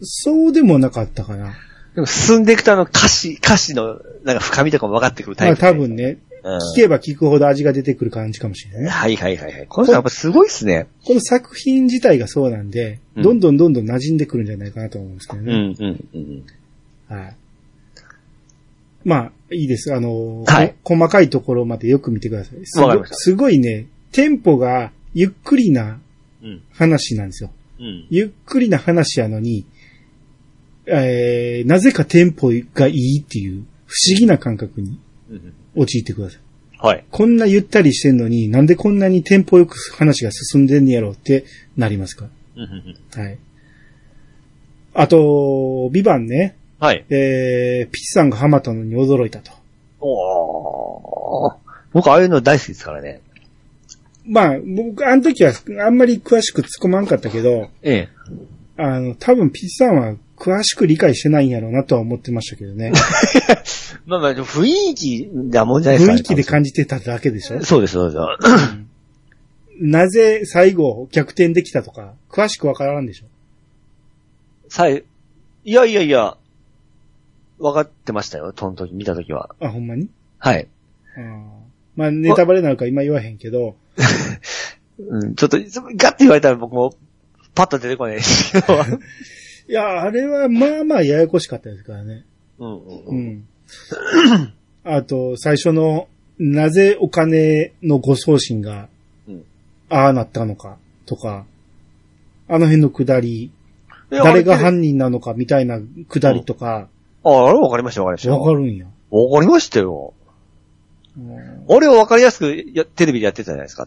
そうでもなかったかな。
でも進んでいくとあの歌詞、歌詞のなんか深みとかも分かってくるタ
ま
イ
あ
プで、
多分ね、
うん。
聞けば聞くほど味が出てくる感じかもしれないね。
はいはいはいはい。この人やっぱすごいっすね。
この作品自体がそうなんで、
うん
どんどんどんどん馴染んでくるんじゃないかなと思うんですけどね。
うんうん。
はい。まあ、いいです。あのー
はい
こ細かいところまでよく見てください。すご
わかりました
すごいね、テンポがゆっくりな
うん。
話なんですよ。
うん。
ゆっくりな話やのに、えー、なぜかテンポがいいっていう不思議な感覚に
うん。
陥ってください。
はい。
こんなゆったりしてんのに、なんでこんなにテンポよく話が進んでんやろうってなりますかはい。あと、ビバンね、
はい。
えー、ピッさんがハマったのに驚いたと。
おー。僕ああいうの大好きですからね。
まあ、僕、あの時はあんまり詳しく突っ込まんかったけど、
ええ。
あの、多分ピッさんは詳しく理解してないんやろうなとは思ってましたけどね。
まあまあ、雰囲気だもんじゃないですか、
雰
ね。
囲気で感じてただけでしょ
多分そうです、そうです。
なぜ最後逆転できたとか、詳しくわからんでしょ
さえ、いやいやいや、分かってましたよ、その時、見た時は。
あ、ほんまに
はい。
あーまあ、ネタバレなんか今言わへんけど、
うん、ちょっと、ガッて言われたら僕も、パッと出てこないですけど。 [LAUGHS]
いや、あれはまあまあややこしかったですからね。
うんうん
う
うん。
ん。 [COUGHS] あと、最初の、なぜお金のご送信が
うん、
ああなったのか、とか、あの辺のくだり、
いや
誰が
あれ
犯人なのかみたいなくだりとか、
あ、あれわかりました、わかりました。
わかるんや。
わかりましたよ。
うん
あれをわかりやすくや、テレビでやってたじゃないですか。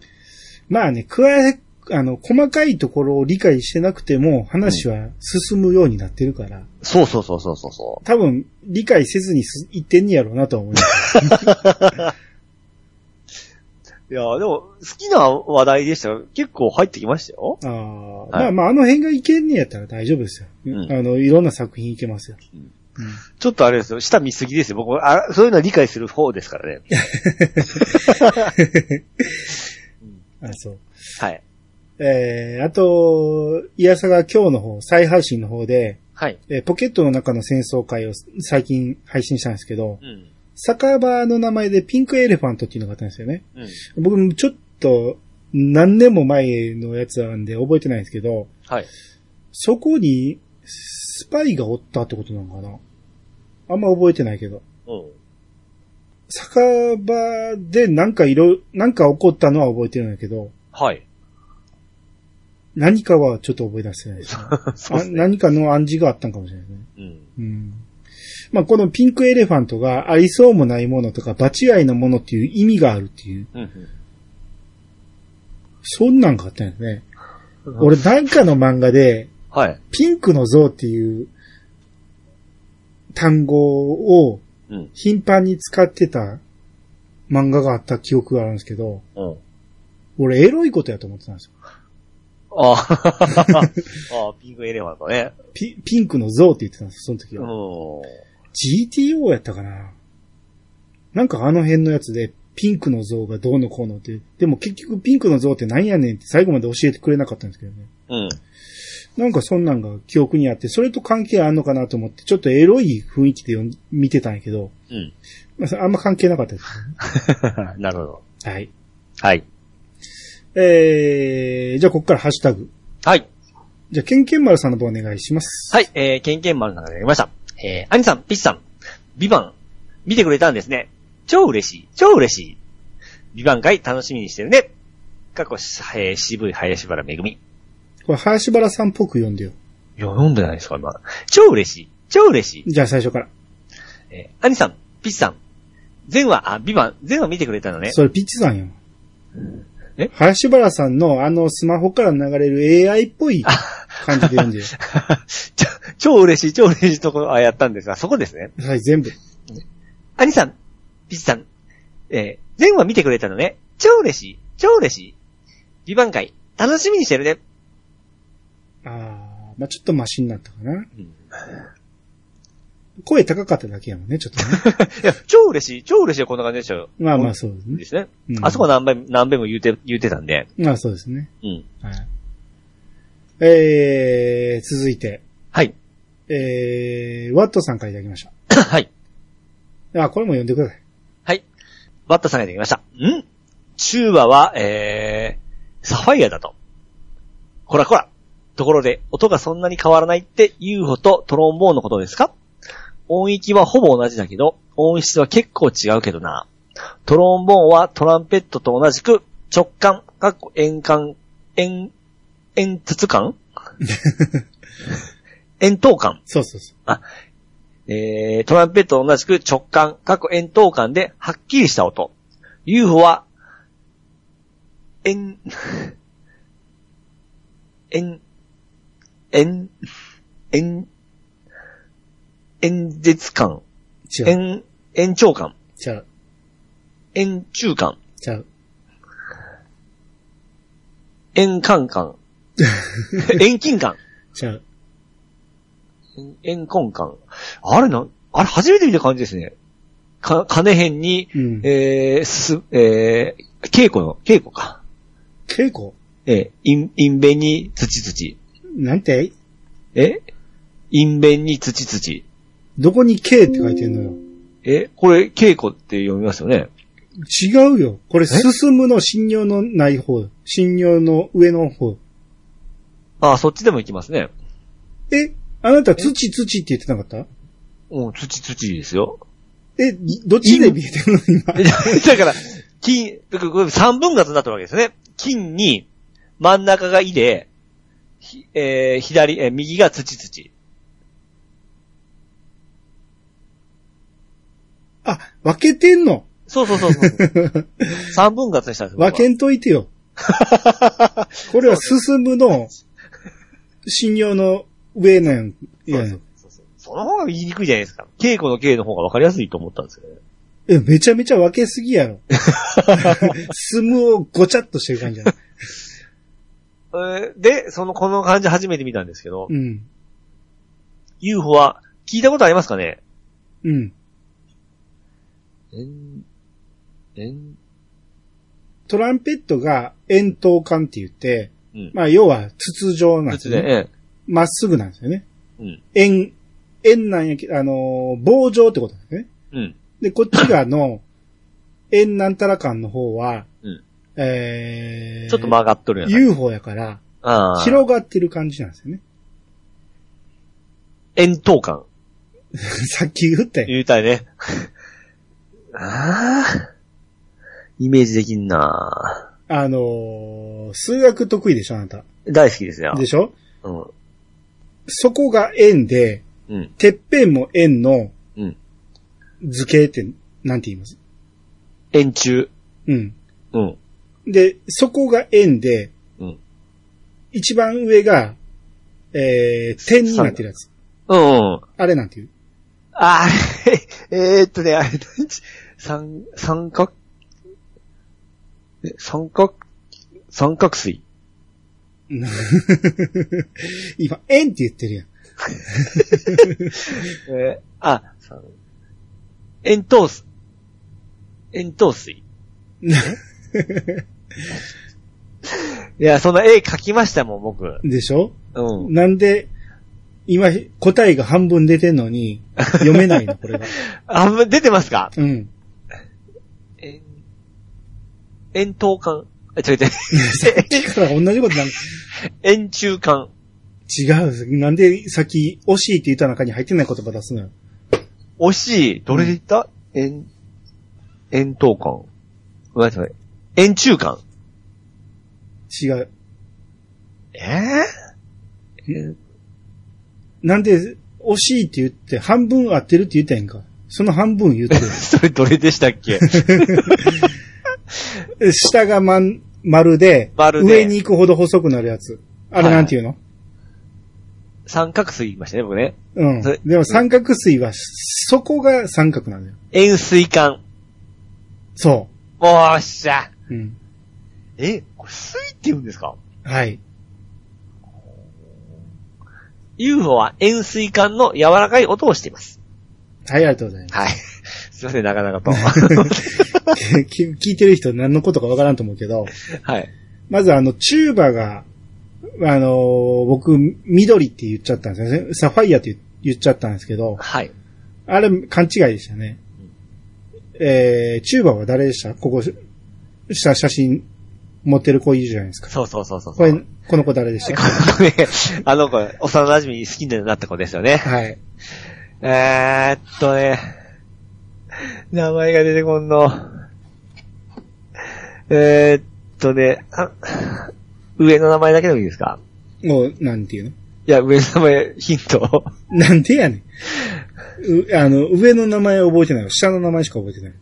まあね、加え、あの、細かいところを理解してなくても話は進むようになってるから、
そうそうそうそうそうそ
多分理解せずにす言ってんねやろうなとは思
[LAUGHS]
います。
う。いや、でも、好きな話題でしたよ結構入ってきましたよ。
あー
い
まあまあ、あの辺がいけんねやったら大丈夫ですよ。
うん
あの、いろんな作品いけますよ。うん
ちょっとあれですよ。下見すぎですよ。僕、あそういうのは理解する方です [LAUGHS] からね。
あそう。
はい。
えー、あと、いやさが今日の方、再配信の方で、
はい。
えーポケットの中の戦争会を最近配信したんですけど、
うん。
酒場の名前でピンクエレファントっていうのがあったんですよね。
うん。
僕もちょっと何年も前のやつなんで覚えてないんですけど、
はい。
そこにスパイがおったってことなのかなあんま覚えてないけど。
うん。
酒場でなんかいろ、なんか起こったのは覚えてるんだけど、
はい。
何かはちょっと覚え出せないですね。
[LAUGHS] そうです
あ
ね。
何かの暗示があったんかもしれないですね。
うん。
うん。まあ、このピンクエレファントがありそうもないものとか、場違いのものっていう意味があるっていう、
うん。
そんなんがあったんですね。
うん
俺なんかの漫画で、
はい。
ピンクの像っていう単語を
うん。
頻繁に使ってた漫画があった記憶があるんですけど、
うん。
俺エロいことやと思ってたんですよ。
ああ、 [LAUGHS] ああ、ピンクエレファントね。
ピピンクの像って言ってたんですよ、その時
う
は。
ん。
GTO やったかななんかあの辺のやつで、ピンクの像がどうのこうのって、でも結局ピンクの像ってなんやねんって最後まで教えてくれなかったんですけどね。
うん。
なんかそんなんが記憶にあって、それと関係あんのかなと思って、ちょっとエロい雰囲気で読ん見てたんやけど、
うん。
まあそれあんま関係なかったです。
[LAUGHS] なるほど。
はい。
はい。
えー、じゃあここからハッシュタグ。
はい。
じゃあ、ケンケンマルさんの方お願いします。
はい、えー、ケンケンマンの中でやりました。えー、アニさん、ピッチさん、ビバン、見てくれたんですね。超嬉しい、超嬉しい。ビバン会楽しみにしてるね。過去、えー、渋い林原めぐみ。い
これ、林原さんっぽく読んでよ。
や、読んでないですか、今。超嬉しい、超嬉しい。
じゃあ最初から。
えー、アニさん、ピッチさん、前話、あ、ビバン、前話見てくれたのね。
それピッチさんよ。
え
林原さんのあのスマホから流れる AI っぽい感じで読んで [LAUGHS] よ。
ちょ超嬉しい、超嬉しいところ、あ、やったんですが、そこですね。
はい、全部。
アニさん、ピッチさん、えー、前話見てくれたのね。超嬉しい、超嬉しい。ビバン会、楽しみにしてるね。 [LAUGHS]
あー、まあちょっとマシになったかな。
うん
声高かっただけやもんね、ちょっとね。 [LAUGHS]
いや、超嬉しい、超嬉しいよ、こんな感じでしたよ。
まあまあそうですね
で。すね。
うん
あそこ何遍、何遍も言うて、言うてたんで。
まあそうですね。
うん。
はい。えー、続いて、
はい。 [COUGHS]
えー、ワットさんからいただきまし
はい。
た。あ、これも読んでください。
はい。バッタさんができました。ん中和は、えー、サファイアだと。こらこら。ところで、音がそんなに変わらないって UFO とトロンボーンのことですか音域はほぼ同じだけど、音質は結構違うけどな。トロンボーンはトランペットと同じく直感、かっこ円感、円、円筒感円筒感。
そうそうそう。
えー、トランペットと同じく直感、各円筒感ではっきりした音。UFO は、円、 [LAUGHS] 円、円、円、演説感、
違う。
円、円長感、
違う。
円中感、
違う。
円感感、円金感、
違う。
円根感。あれな、あれ初めて見た感じですね。か、金辺に、
うん。
えー、す、えー、稽古の、稽古か。
稽古
えー、イン、インベンに土土。
なんて
えインベンに土土。
どこに K って書いてんのよ。
えこれ、稽古って読みますよね。
違うよ。これ、進むの信用のない方。信用の上の方。
あーそっちでも行きますね。
えあなた、土土って言ってなかった
うん、土土ですよ。
え、どっちで見えてるの今。
え [LAUGHS] だから、金、だからこれ三分割になってるわけですね。金に、真ん中がいで、ひえー左、えー右が土土。
あ、分けてん [LAUGHS] の
そうそうそ
[LAUGHS]
うそう。三分割にしたんです
分けんといて [LAUGHS] よ。これは進むの、信用の上なん
僕
や
はそうそうそうそうその方が言いにくいじゃないですか。稽古の稽の方が分かりやすいと思ったんですよね。
え、めちゃめちゃ分けすぎやろ。 [LAUGHS] 進むをごちゃっとしてる [LAUGHS] 感じやな。
えーで、その、この感じ初めて見たんですけど、
うん。
UFO は聞いたことありますかね
うん。
えん、えん、
トランペットが円筒管って言って、
うん。
まあ、要は筒状なんです
別
よね。
で、
まっすぐなんですよね。
ええうん。
円、円なんやけあのー棒状ってことなんですね。
うん。
で、こっち側
[COUGHS]
の、円なんたら間の方は、
うん
えー、
ちょっと曲がっとるやん。
UFO やから、
ああ。
広がってる感じなんですよね。 [LAUGHS]
円筒感。
さっき言ったよ。
言うたいね。 [LAUGHS] ああ。イメージできんな
あのー数学得意でしょ、あなた。
大好きですよ。
でしょ
うん。
そこが円で、
うん。
てっぺんも円の
うん。
図形って、なんて言います
円柱。
うん。
うん。
で、そこが円で、
うん。
一番上が、えー、点になってるやつ。
うん、うん。
あれなんていう [LAUGHS]
あー、えーっとね、あれ、 [LAUGHS] 三、三角、え三角、三角錐。
うん今、円って言ってるやん。
えー、あ、三円筒錐、円筒錐。いや、そんな絵描きましたもん、僕。
[LAUGHS] でしょ
うん。
なんで、今、答えが半分出てんのに、読めないの、こ
[LAUGHS]
れが。
あ、もう出てますか
うん。
円、円筒感。え、違う [LAUGHS] 違う。
さっきから同じことなん
円柱感。
違う。なんで、さっき、惜しいって言った中に入ってない言葉出すのよ。
惜しい。どれでいった、円、円筒感。ごめんなさい。円柱感。
違う。
えーえ
なんで、惜しいって言って、半分合ってるって言ったやんか。その半分言って
ー [LAUGHS] それどれでしたっ [LAUGHS] け
え下がまん、丸で、
丸で
上に行くほど細くなるやつ。あれなんて言うの、
三角錐言いましたね、僕ね。それ
うん。でも三角錐は、そこが三角なのよ。
円錐感。
そ
おーっしゃ。
う。うん。
え、これ錐って言うんですか
はい。
?UFO は円錐感の柔らかい音をしています。
はい、ありがとうございます。
はい。 [LAUGHS] すいません、なかな
[LAUGHS]
かと。 [LAUGHS]
き聞いてる人何のことかわからんと思うけど、
はい。
まずあの、チューバが、あのー僕、緑って言っちゃったんですよね。サファイアって言っちゃったんですけど、
はい。
あれ、勘違いでしたね。えー、チューバは誰でしたここ、した写真持ってる子いるじゃないですか。
そうそうそうそう
これ、この子誰でし
こ
た
のね、あの子、幼馴染に好きになった子ですよね。
はい。
えーっとね、名前が出てこんの。えーっとね、あ上の名前だけでもいいですか
もう、なんていうの
いや、上の名前、ヒント。
なんでやねん。うあの、上の名前覚えてない。下の名前しか覚えてない。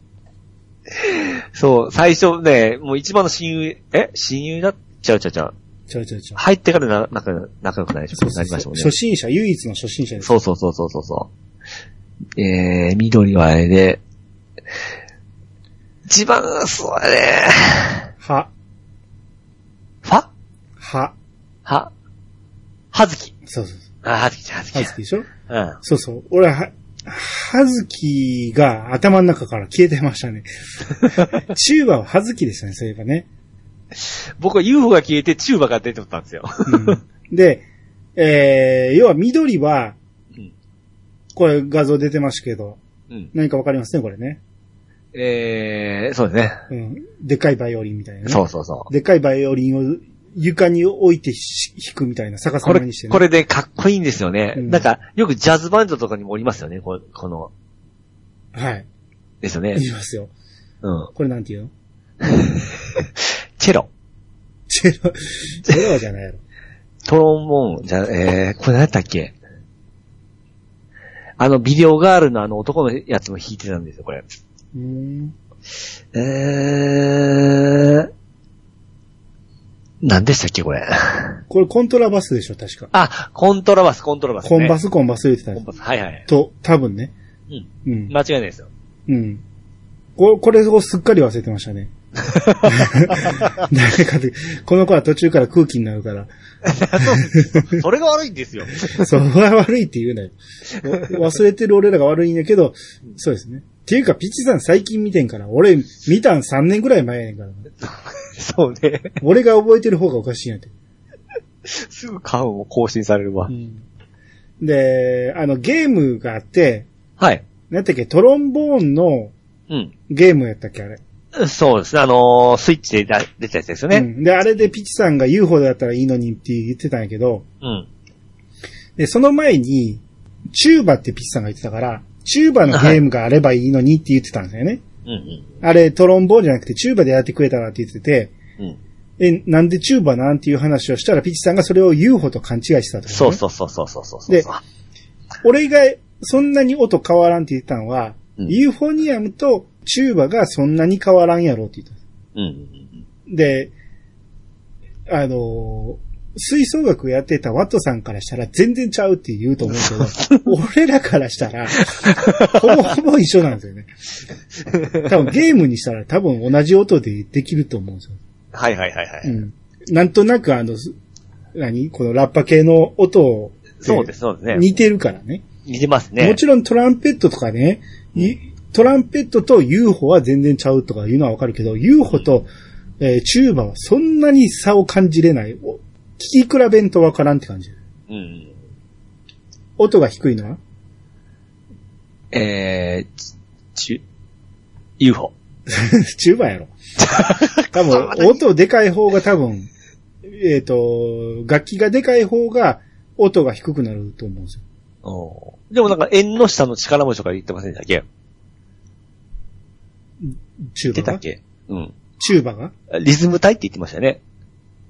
そう、最初ね、もう一番の親友、え親友だっちゃうちゃうちゃう。
ちゃうちゃうちゃう。
入ってからな仲良く仲良くなり
そう
な
そう
りました
そ
も
うん
ね。
初心者、唯一の初心者です。
そうそうそうそうそうそう。えー、緑はあれで、一番、そうだね。
は、
ファ
は、
は、はずき。
そうそうそ
あ、はずきちゃん、はず
う。は
きち
ずきでしょ
ゃん。うん。
そうそう。俺は、はずきが頭の中から消えてま
[LAUGHS]
したね。チューバははずきでしたね、そういえばね。
僕は UFO が消えてチューバが出てったんですよ。
うん、で、えー、要は緑は
うん、
これ画像出てますけど、
うん。
何かわかりますね、これね。
[LAUGHS] えー、そうですね。
うん。でっかいバイオリンみたいなね。
そうそうそう。
でっかいバイオリンを床に置いてし弾くみたいな逆さ
こ
ま
れ
にして、ね。
これでかっこいいんですよね。
うん
なんか、よくジャズバンドとかにもおりますよね、ここの、
はい。
ですよね。
言いますよ。
うん。
これなんていうの
チェロ。
チェロ、 [LAUGHS] チェロじゃないやろ。
トロンボーン、じゃ、えー、これ何やったっけあの、ビデオガールのあの男のやつも弾いてたんですよ、これ。
うん。
えー、何でしたっけ、これ。
これコントラバスでしょ、確か。
[LAUGHS] あ、コントラバス、コントラバス、ね。
コンバスコンバス言ってた
コンバス、はいはい。
と、多分ね。うん。うん。
間違いない [LAUGHS] ですよ。
うん。ここれをすっかり忘れてました
[LAUGHS]
ね。 [LAUGHS] 誰かで、この子は途中から空気になるから、
それが悪いんですよ。
[LAUGHS] そう、悪いって言うなよ。 [LAUGHS] 忘れてる俺らが悪いんやけど、そうですね。っていうか、ピッチさん最近見てんから、俺見たん3年ぐらい前やねんからな。
[LAUGHS] そうね。
俺が覚えてる方がおかしいんやて。
すぐカウンも更新されるわ。
で、あの、ゲームがあって、
はい。
なんやったっけ、トロンボーンの
うん。
ゲームやったっけ、あれ。
そうですね。あのースイッチで出出たやつですよ
う
ね。
ん。で、あれでピッチさんが UFO だったらいいのにって言ってたんやけど、
うん。
で、その前に、チューバってピッチさんが言ってたから、チューバのゲームがあればいいのにって言ってたんですよね。
うん。
あれ、トロンボーンじゃなくてチューバでやってくれたらって言ってて、
うん。うん。
え、なんでチューバなんていう話をしたら、ピッチさんがそれを UFO と勘違いしてたと、
そうそうそうそうそうそうそう。
で俺がそんなに音変わらんって言ったのは、
うん
ユーフォニアムとチューバがそんなに変わらんやろって言った。
うんうん
で、あのー吹奏楽やってたワットさんからしたら全然ちゃうって言うと思う
[LAUGHS]
けど、俺らからしたら、ほぼほぼ一緒なんですよね。多分ゲームにしたら多分同じ音でできると思うんですよ。
うん。はいはいはいは
う
い。
ん。なんとなくあの、す何このラッパ系の音を、
そうです、そうですね。
似てるからね。
似てますね。
もちろんトランペットとかね、いトランペットと UFO は全然ちゃうとかいうのはわかるけど、UFO と、えーチューバはそんなに差を感じれない。お聞き比べんとわからんって感じ。
うん。
音が低いのは [LAUGHS]
えー、ち、ち UFO。
チューバや
[LAUGHS]
ろ。多分、音でかい方が多分、えっ、と、楽器がでかい方が音が低くなると思うんですよ。
おーでもなんか縁の下の力持ちとか言ってませんでしたっけ
チュ
言って
ーバ
たっ
が。
けうん。
チューバが。
リズム体って言ってましたよね。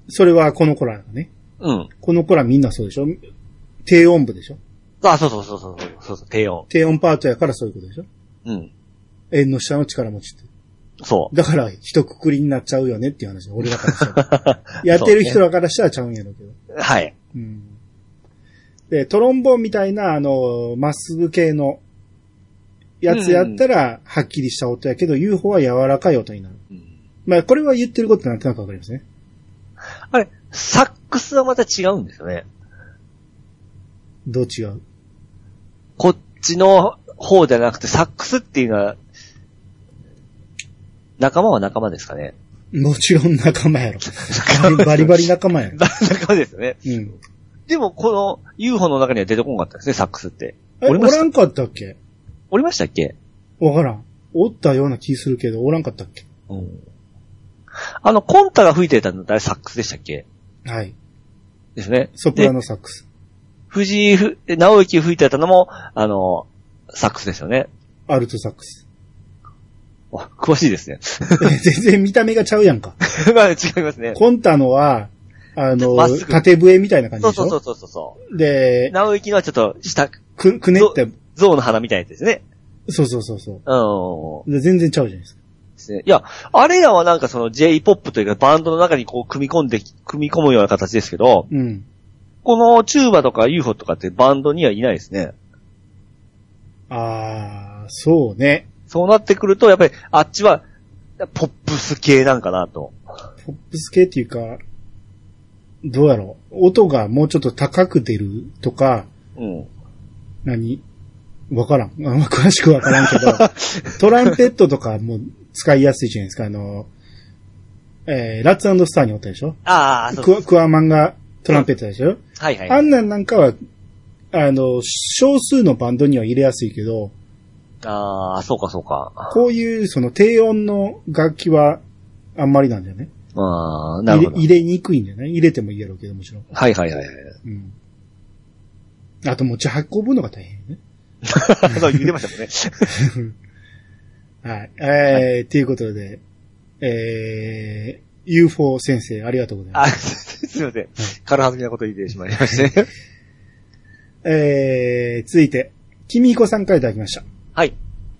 それはこの子らがね。
うん。
この子らみんなそうでしょ低音部でしょ
あ、そうそうそうそうそう、そうそう、低音。
低音パートやからそういうことでしょ
うん。
縁の下の力持ちって。
そう。
だから、一括りになっちゃうよねっていう話。俺らからした
[LAUGHS]
ら。やってる人らからしたらちゃうんやろうけど。
はい。
うん。で、トロンボーンみたいな、あの、まっすぐ系のやつやったら、はっきりした音やけど、UFO は柔らかい音になる。
うん
まあ、これは言ってることなんとなくわかりますね。
あれ、サックスはまた違うんですよね。
どう違う
こっちの方じゃなくて、サックスっていうのは、仲間は仲間ですかね。
もちろん仲間やろ。バリバリ仲間
[LAUGHS]
やろ。
仲間ですよね。
うん。
でも、この UFO の中には出てこなかったですね、サックスって。
え、
お
お
りまし
ら
た
んかったっけ
おりましたっけ
わからん。おったような気するけど、おらんかったっけ
うん。あの、コンタが吹いてたの誰サックスでしたっけ
はい。
ですね。
ソプラノサックス。
藤井ふ、直之吹いてたのも、あの、サックスですよね。
アルトサックス。 [LAUGHS]
わ詳しいですね。 [LAUGHS]
え全然見た目がちゃうやんか。
まあ違いますね。
コンタのは、あの
まっす、ぐ
縦笛みたいな感じ
そう
でし
そう
ょ
そうそうそう。
で、
直行のはちょっと、下、
く、くねって、
象の花みたいなやつですね。
そうそうそうそうう。で全然ちゃうじゃないですか。
んですね。いや、あれらはなんかその J-POP というかバンドの中にこう組み込んで、組み込むような形ですけど、
うん。
このチューバとか UFO とかってバンドにはいないですね。
あー、そうね。
そうなってくると、やっぱりあっちは、ポップス系なんかなと。
ポップス系っていうか、どうやろう。音がもうちょっと高く出るとか、
うん。
何わからん。あんま詳しくわからんけ
[LAUGHS]
ど、トランペットとかも使いやすいじゃないですか。あの、えー、ラッツスターにおったでしょ
ああ、そう
クワ、クワマンがトランペットでしょ
はいはい。
あんなんなんかは、あの、少数のバンドには入れやすいけど、
ああ、そうかそうか。
こういうその低音の楽器はあんまりなんだよね。
ああ、な
入
る
れ
ほど。
入れにくいんだよね。入れてもいいやろうけど、もちろん。
はいはいはいはい。
うん。あと持ち運ぶのが大変よね。
そう言ってました [LAUGHS] もんね。
はい。えー、っていうことで、えー、UFO 先生、ありがとうございます。
あ、すいません。軽はずみなこと言ってしまいましたね。
えー、続いて、君彦さんからいただきました。
はい。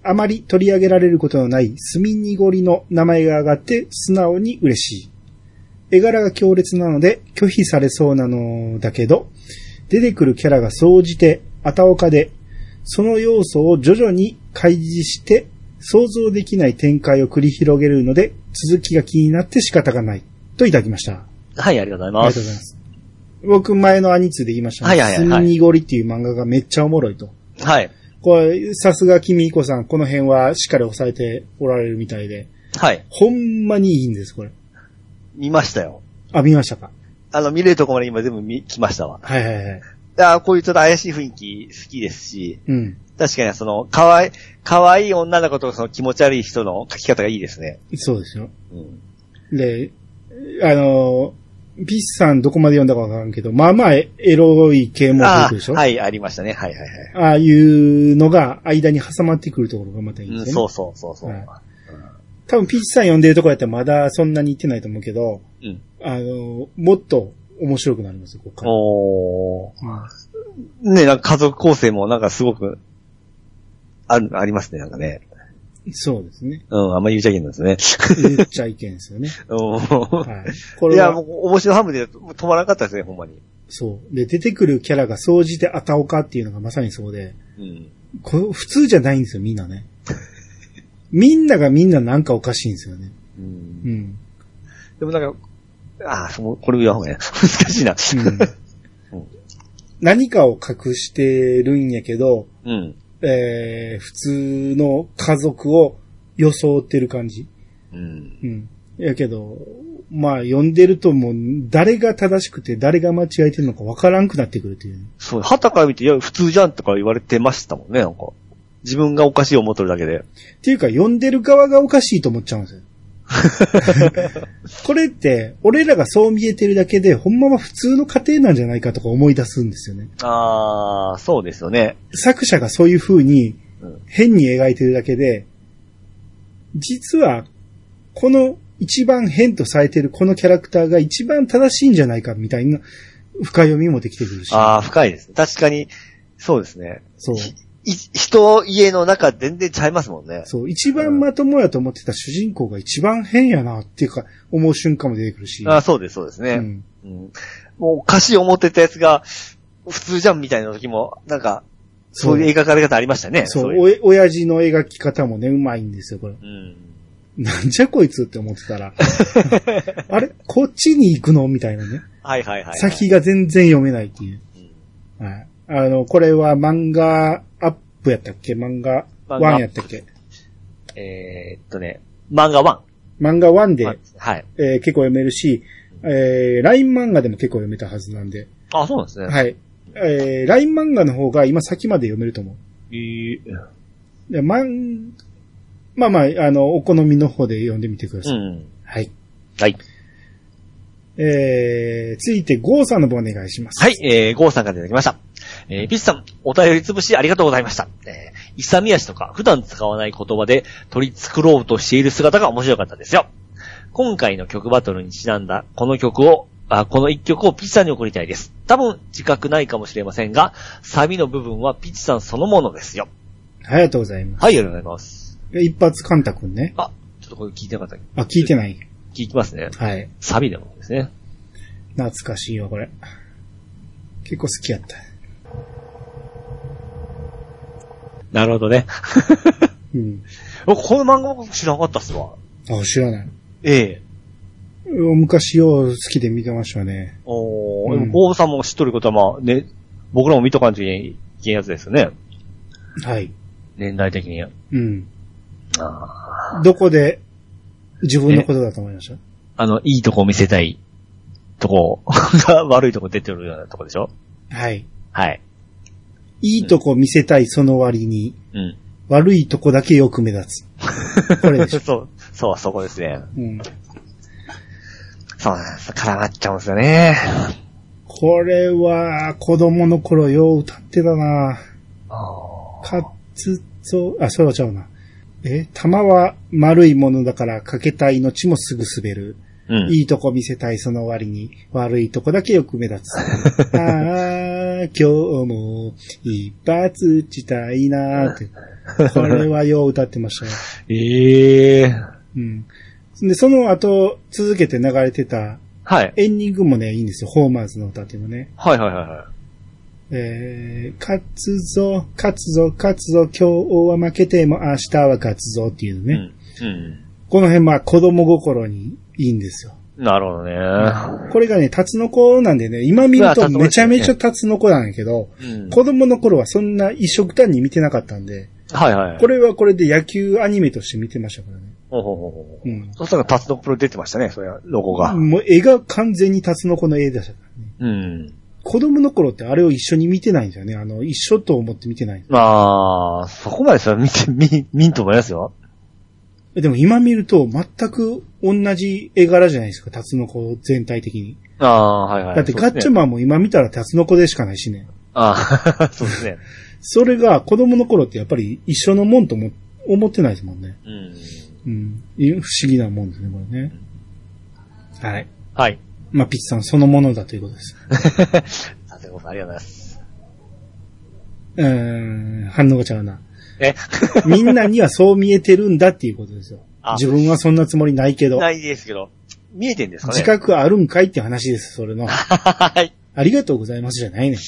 あまり取り上げられることのない墨濁りの名前が上がって素直に嬉しい。絵柄が強烈なので拒否されそうなのだけど、出てくるキャラが総じて、あたおかで、その要素を徐々に開示して、想像できない展開を繰り広げるので、続きが気になって仕方がない。といただきました。
はい、ありがとうご
あり
ざ
がとう
います
ご。ざいます。僕前のアニツで言いましたね。
はいはいはいはい
墨濁りっていう漫画がめっちゃおもろいと。
はい。
これ、さすが君彦さん、この辺はしっかり押さえておられるみたいで。
はい。
ほんまにいいんです、これ。
見ましたよ。
あ、見ましたか
あの、見れるとこまで今全部見、来ましたわ。
はいはいはい。
あーこういうちょっと怪しい雰囲気好きですし、
うん。
確かにその、かわい、かわいい女の子とその気持ち悪い人の書き方がいいですね。
そうですよ。
うん。
で、あの、ピッさんどこまで読んだかわからんけど、まあまあエロい系も
あ
でし
ー
ょ。
はいい、ありましたね。はいはいはい。
ああいうのが間に挟まってくるところがまたいいで
うん、
すよね。
そうそうそうそう。
はい多分ピッさん読んでるとこやったらまだそんなにいってないと思うけど、
うん。
あの、もっと面白くなりますよ、ここから。
おー。
うん
ね、なんか家族構成もなんかすごく、ある、ありますね、なんかね。
そうですね。
うん、あんまり言っちゃいけないですね。 [LAUGHS]
言っちゃいけんですよね。
う
はい。こ
ん。い
れ
や、
は
も、う、面白ハムで止まらなかったですね、ほんまに。
そう。で、出てくるキャラが総じてあたおかっていうのがまさにそうで、
うん。
これ普通じゃないんですよ、みんなね。みんながみんななんかおかしいんですよね。
うん
う。ん。
でもなんか、ああ、そうこれ言わん方がいいな。 [LAUGHS] 難しいな。
うん何かを隠してるんやけど、
[LAUGHS] うん。
えー、普通の家族を装ってる感じ。
うん。
うん。やけど、まあ、読んでるともう、誰が正しくて誰が間違えてるのかわからんくなってくるっていう。
そう、旗から見て、いや、普通じゃんとか言われてましたもんね、なんか。自分がおかしい思ってるだ
[LAUGHS]
けで。
っていうか、読んでる側がおかしいと思っちゃうんですよ。これって、俺らがそう見えてるだけで、ほんまは普通の家庭なんじゃないかとか思い出すんですよね。
ああ、そうですよね。
作者がそういう風に
うん、
変に描いてるだけで、実は、この一番変とされてるこのキャラクターが一番正しいんじゃないかみたいな深読みもできてくるし。
ああ、深いです。確かに、そうですね。
そう。
い、人、家の中全然ちゃいますもんね。
そう。一番まともやと思ってた主人公が一番変やなっていうか、思う瞬間も出てくるし。
ああ、そうです、そうです
う
ね。
ん。
うんもうおかしい思ってたやつが、普通じゃんみたいな時も、なんか、そういう描かれ方ありましたね。
そう、
い
おえ、親父の描き方もね、うまいんですよ、これ。
うん。
なんじゃこいつって思ってたら。 [LAUGHS] あれこっちに行くのみたいなね。
はいはいはいはい。
先が全然読めないっていう。
うん。
はい。あの、これは漫画アップやったっけ漫画
漫画
1やったっけ
えーっとね、漫画1。
漫画1で、
ワンですねはい。
えー結構読めるし、えー、LINE 漫画でも結構読めたはずなんで。
あ、そうなんですね。い。
はい。えー、LINE 漫画の方が今先まで読めると思う。で、まん、まあまあ、あの、お好みの方で読んでみてくださ
う
い。
ん。
はい。
はい。
えー、ついて、ゴーさんの方お願いします。
はい、えー、ゴーさんからいただきました。えー、ピッチさん、お便り潰しありがとうございました。えー、勇み足とか普段使わない言葉で取り繕ろうとしている姿が面白かったですよ。今回の曲バトルにちなんだこの曲を、あこの一曲をピッチさんに送りたいです。多分自覚ないかもしれませんが、サビの部分はピッチさんそのものですよ。
ありがとうございま
はい、ありがとうございます。
す。一発カンタ君ね。
あ、ちょっとこれ聞いてなかった。
あ、聞いてない。
聞きますね。
はい。
サビの部分ですね。
懐かしいわ、これ。結構好きやった。
なるほどね。
うん。
[LAUGHS] おこの漫画も知らなかったっすわ。
あ、知らない。
ええ
うん昔よう好きで見てましたね。
お
う
ー、
ん
でもゴーさんも知っとることはまあね、僕らも見とかんといけんいけんやつですよね。
はい。
年代的に。あ
うん。
ー
どこで自分のことだと思いました
あの、いいとこ見せたいとこ [LAUGHS] が悪いとこ出てるようなとこでしょ
はい。
はい。
いいとこ見せたいその割に、
うん。
悪いとこだけよく目立つ。これ [LAUGHS] でしょ。
[LAUGHS] そう、そう、そこですね。
うん。
そうなんです。絡まっちゃうんですよね。
これは、子供の頃よう歌ってたな
あ
かつと、あ、それはちゃうな。え、玉は丸いものだからかけたいのちもすぐ滑る。
ーうん。 [LAUGHS]
いいとこ見せたいその割に、悪いとこだけよく目立つ。あー今日も一発打ちたいなーって。これはよう歌ってましたよ。
ええ
うん。で、その後、続けて流れてた、
はい。
エンディングもね、いいんですよ。ホーマーズの歌っていうのね。
はいはいはいはい。
えー、勝つぞ、勝つぞ、勝つぞ、今日は負けても明日は勝つぞっていうね。
うん。うん。
この辺、まあ、子供心にいいんですよ。
なるほどね。
これがね、タツノコなんでね、今見るとめちゃめちゃタツノコなんやけど、
うん。
子供の頃はそんな一色単に見てなかったんで、
はいはい。
これはこれで野球アニメとして見てましたからね。
ほうほうほうほう。
うん
そしたらタツノプロ出てましたね、それは、ロゴが。
もう絵が完全にタツノコの絵でしたからね。
うん。
子供の頃ってあれを一緒に見てないんですよね。あの、一緒と思って見てない。
まあ、そこまでさ、見て、見、見んと思いますよ。
でも今見ると全く同じ絵柄じゃないですか、タツノコ全体的に。
ああ、はいはい。
だってガッチャ
も。
マンも今見たらタツノコでしかないしね。
ああ、 [LAUGHS] そうですね。
それが子供の頃ってやっぱり一緒のもんとも思ってないですもんね。
うん。
うん。い不思議なもんですね、これね。はい。
はい。 [LAUGHS]
まあ、ピッチさんそのものだということです。
さすがさん、ありがとうございます。
うーん、反応がちゃう
[LAUGHS]
な。
え
みんなにはそう見えてるんだっていうことですよ
あ。
自分はそんなつもりないけど、
ないですけど、見えてんですかね
自覚あるんかいっていう話です、それの。
はい。
ありがとうございますじゃないね。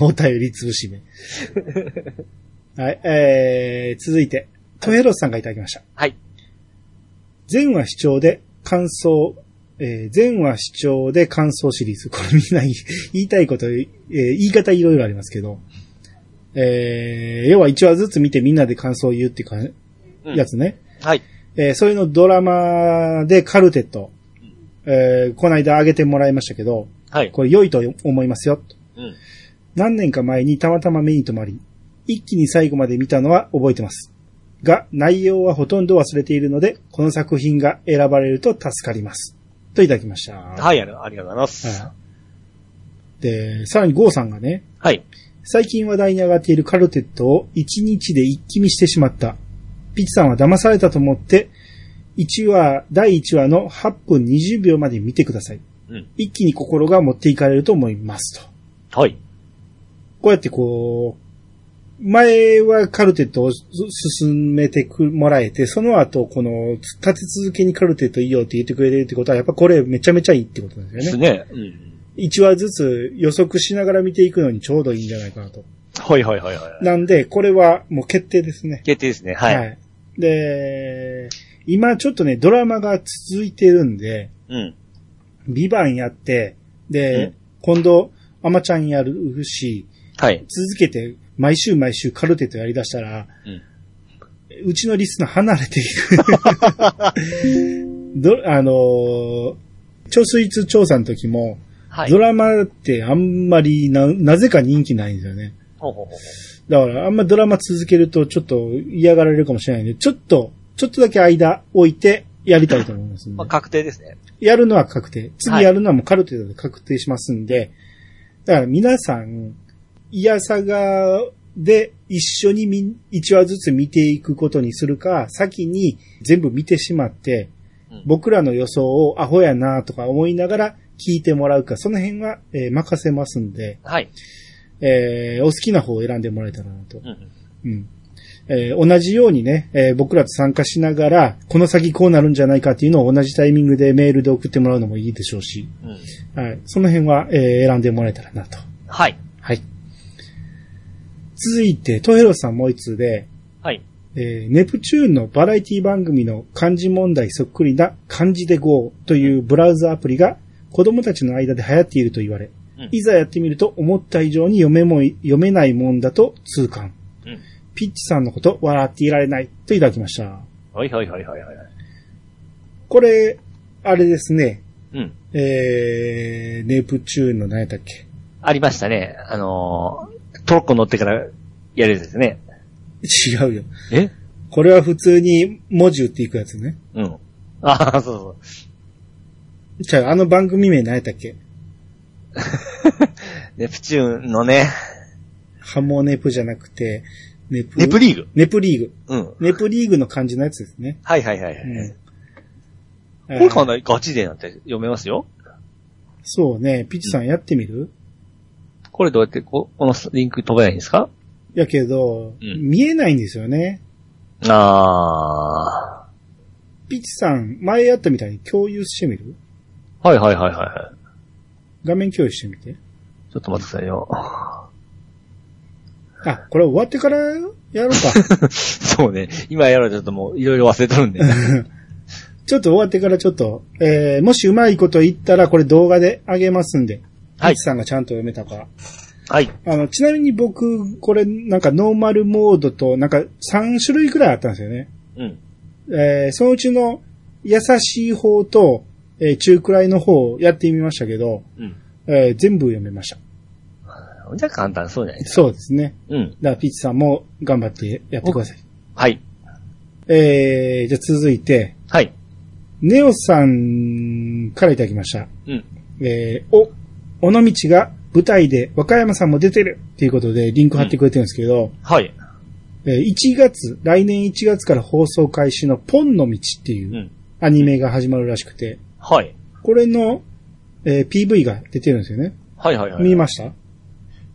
お便り潰しめ。はい、えー、続いて、トヘロスさんがいただきました。
はい。
全話視聴で感想、えー、全話視聴で感想シリーズ。これみんな言い [LAUGHS] 言いたいこと、えー言い方いろいろありますけど、えー、要は1話ずつ見てみんなで感想を言うっていうか
うん
やつね。
はい。
えー、それのドラマでカルテット、えー、この間あげてもらいましたけど、
はい。
これ良いと思いますよ。
うん。
何年か前にたまたま目に留まり、一気に最後まで見たのは覚えてます。が、内容はほとんど忘れているので、この作品が選ばれると助かります。といただきました。は
はい、ありありがとうございます。
いで、さらにゴーさんがね、
はい。
最近話題に上がっているカルテットを一日で一気見してしまった。ピッチさんは騙されたと思って、1話、第1話の8分20秒まで見てください。
うん
一気に心が持っていかれると思いますと。
はい。
こうやってこう、前はカルテットをす進めてくもらえて、その後、この、立て続けにカルテットいいよって言ってくれるってことは、やっぱこれめちゃめちゃいいってことなんで
ですす
よね。
ね。うん。
1話ずつ予測しながら見ていくのにちょうどいいんじゃないかなと。
はいはいはいはい。
なんで、これはもう決定ですね。
決定ですね。はい。
で、今ちょっとね、ドラマが続いてるんで、
うん。
ビバンやって、で、
うん
今度、アマちゃんやるし、
はい。
続けて、毎週毎週カルテットやり出したら、
うん。
うちのリスナー離れていく。 [LAUGHS] ど、あのー、調水通調査の時も、
は
ドラマってあんまりな、なぜか人気ないんですよね。
ほうほうほう
だからあんまドラマ続けるとちょっと嫌がられるかもしれないんで、ちょっと、ちょっとだけ間置いてやりたいと思いますんで
まあ、確定ですね。
やるのは確定。
は
次
い
やるのはもうカルテットで確定しますんで、だから皆さん、いやさがで一緒にみん、一話ずつ見ていくことにするか、先に全部見てしまって
うん、
僕らの予想をアホやなとか思いながら聞いてもらうか、その辺は、えー任せますんで、
はい。
えーお好きな方を選んでもらえたらなと
う。ん。
うん。えー同じようにね、えー僕らと参加しながら、この先こうなるんじゃないかっていうのを同じタイミングでメールで送ってもらうのもいいでしょうし、
うん。
はい。その辺は、えー選んでもらえたらなと。
はい。
はい。続いて、トヘロさんもう一通で、
はい。
えーネプチューンのバラエティ番組の漢字問題そっくりな漢字で GO というブラウザアプリが子供たちの間で流行っていると言われ
うん、
いざやってみると思った以上に読めもい、読めないもんだと痛感。
うん。
ピッチさんのこと笑っていられないといただきました。
はいはいはいはいはい。
これ、あれですね、
うん。
えー、ネプチューンの何やったっけ
ありましたね。あのー、トロッコ乗ってからやるやつですね。
違うよ。
え
これは普通に文字打っていくやつね。
うん。ああ、そうそう。
じゃあ、あの番組名何やったっけ
ネプチューンのね、
ハモネプじゃなくて、ネプ、
ネプリーグ。
ネプリーグ。
うん。
ネプリーグの感じのやつですね。
はいはいはいは
う
い。
ん
これか
あー
なりガチでなんて読めますよ。
そうね、ピッチさんやってみる、
これどうやってこ、このリンク飛べないんですか
やけど、
うん
見えないんですよね。
あ
ピッチさん、前やったみたいに共有してみる
ー。はいはいはいはいは
画面共有してみて。
い。ちょっと待ってくださいよ。 [LAUGHS]
あ、これ終わってからやろうか。
[LAUGHS] そうね。今やられちょっともういろいろ忘れとるんで。
ちょっと終わってからちょっと、えー、もしうまいこと言ったらこれ動画であげますんで。
[LAUGHS] はい
ピッチさんがちゃんと読めたか。
はい。
あの、ちなみに僕、これなんかノーマルモードとなんか3種類くらいあったんですよね。
うん。
えー、そのうちの優しい方と、えー、中くらいの方をやってみましたけど、
うん。
えー、全部読めました。
じゃあ簡単そうじゃないですか。
そうですね。
うん。
だからピッチさんも頑張ってやってください。
はい。
えー、じゃあ続いて、
はい。
ネオさんからいただきました。
うん。
えー、お、尾道が舞台で若山さんも出てるっていうことでリンク貼ってくれてるんですけど、
はい。。
えー1月、来年1月から放送開始のポンの道っていううんアニメが始まるらしくて、
はい。
これの、えー PV が出てるんですよね。
はいはいはい。
見ました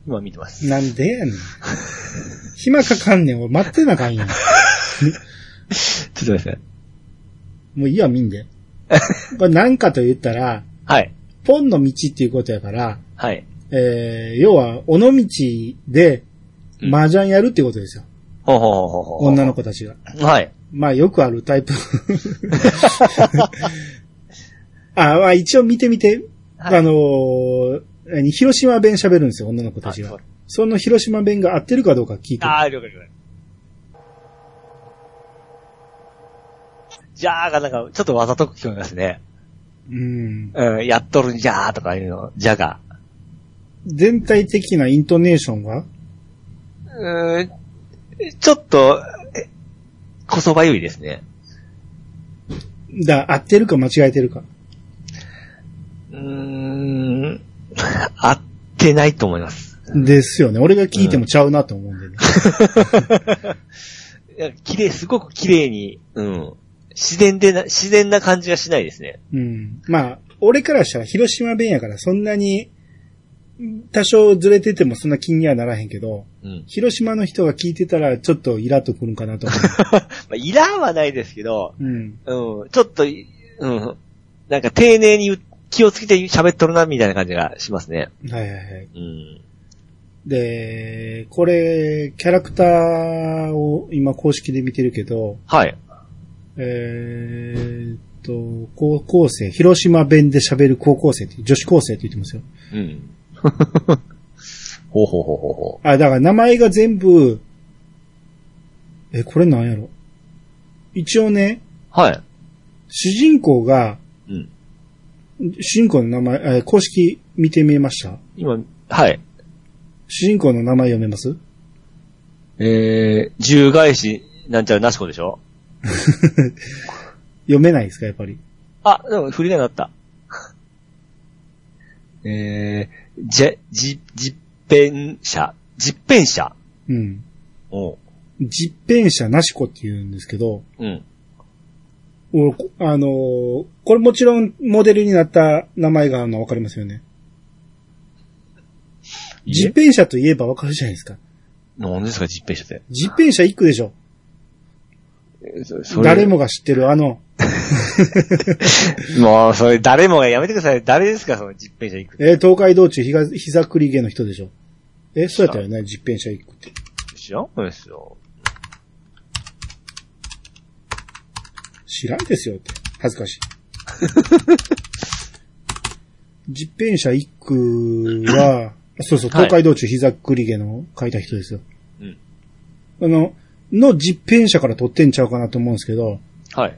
今見てます。
なんでやねん。暇かかんねん。俺待ってなあかんやん。
ちょっと待ってください。
もういいや、見んで。これ何かと言ったら、
はい。
ポンの道っていうことやから、
はい。
えー、要は、尾道で、
うん
麻雀やるってことですよ。
ほうほうほうほうほう。
女の子たちが。
はい。
まあ、よくあるタイ
[LAUGHS]
プ。あ、まあ、一応見てみて。
はい
あのー何広島弁喋るんですよ、女の子たち
あそ
が
う。
その広島弁が合ってるかどうか聞いて。
あー、了解了解。じゃーがなんか、ちょっとわざとく聞こえますね。
うん。
うん、やっとるんじゃーとかいうの、じゃが。
全体的なイントネーションは
うーん、ちょっと、えこそばゆいですね。
だ、合ってるか間違えてるか。
うーん、 [LAUGHS] 合ってないと思います。
ですよね。俺が聞いてもちゃうなと思うんでね。
いや綺麗、すごく綺麗に、うん。自然でな、自然な感じがしないですね。
うん。まあ、俺からしたら広島弁やからそんなに、多少ずれててもそんな気にはならへんけど、
うん。
広島の人が聞いてたらちょっとイラっとくるんかなと思
[LAUGHS] まあ、いらんはないですけど、
う。うん。
うん、ちょっとい、うん、なんか丁寧に言う気をつけて喋っとるな、みたいな感じがしますね。
はいはいはい。
うん。
で、これ、キャラクターを今公式で見てるけど、
はい。
えーっと、高校生、広島弁で喋る高校生って、女子高生って言ってますよ。
うん。 [LAUGHS] ほうほうほうほうほ
あ、だから名前が全部、え、これなんやろ一応ね、
う。はい。
主人公が、
うん。
主人公の名前、えー公式見てみました
今、はい。
主人公の名前読めます [LAUGHS]
えー、重返し、なんちゃらなしこでしょ
読めないですか、やっぱり。
あ、でも振りがなった。 [LAUGHS] えー、じゃ、じ、実編者実編者
うん。
おう。
実編者なし子って言うんですけど、
うん。
俺こあのーこれもちろんモデルになった名前があるのわかりますよね。実編者といえばわかるじゃないですか。
何ですか、実編者って。
実編者一句でしょ。
えそそれ
誰もが知ってるあの、
[LAUGHS] もう、それ、誰もがやめてください。誰ですか、その実編者行く。
えー東海道中ひが膝栗毛の人でしょ。え、そうやったよね、実編者一句って。
知らんのですよ。
知らんですよって。恥ず
[LAUGHS]
かしい。実編者一句
[LAUGHS]
は、そうそう、
はい
東海道中膝栗毛の書いた人ですよ。
うん
あの、の実編者から取ってんちゃうかなと思うんですけど、
はい。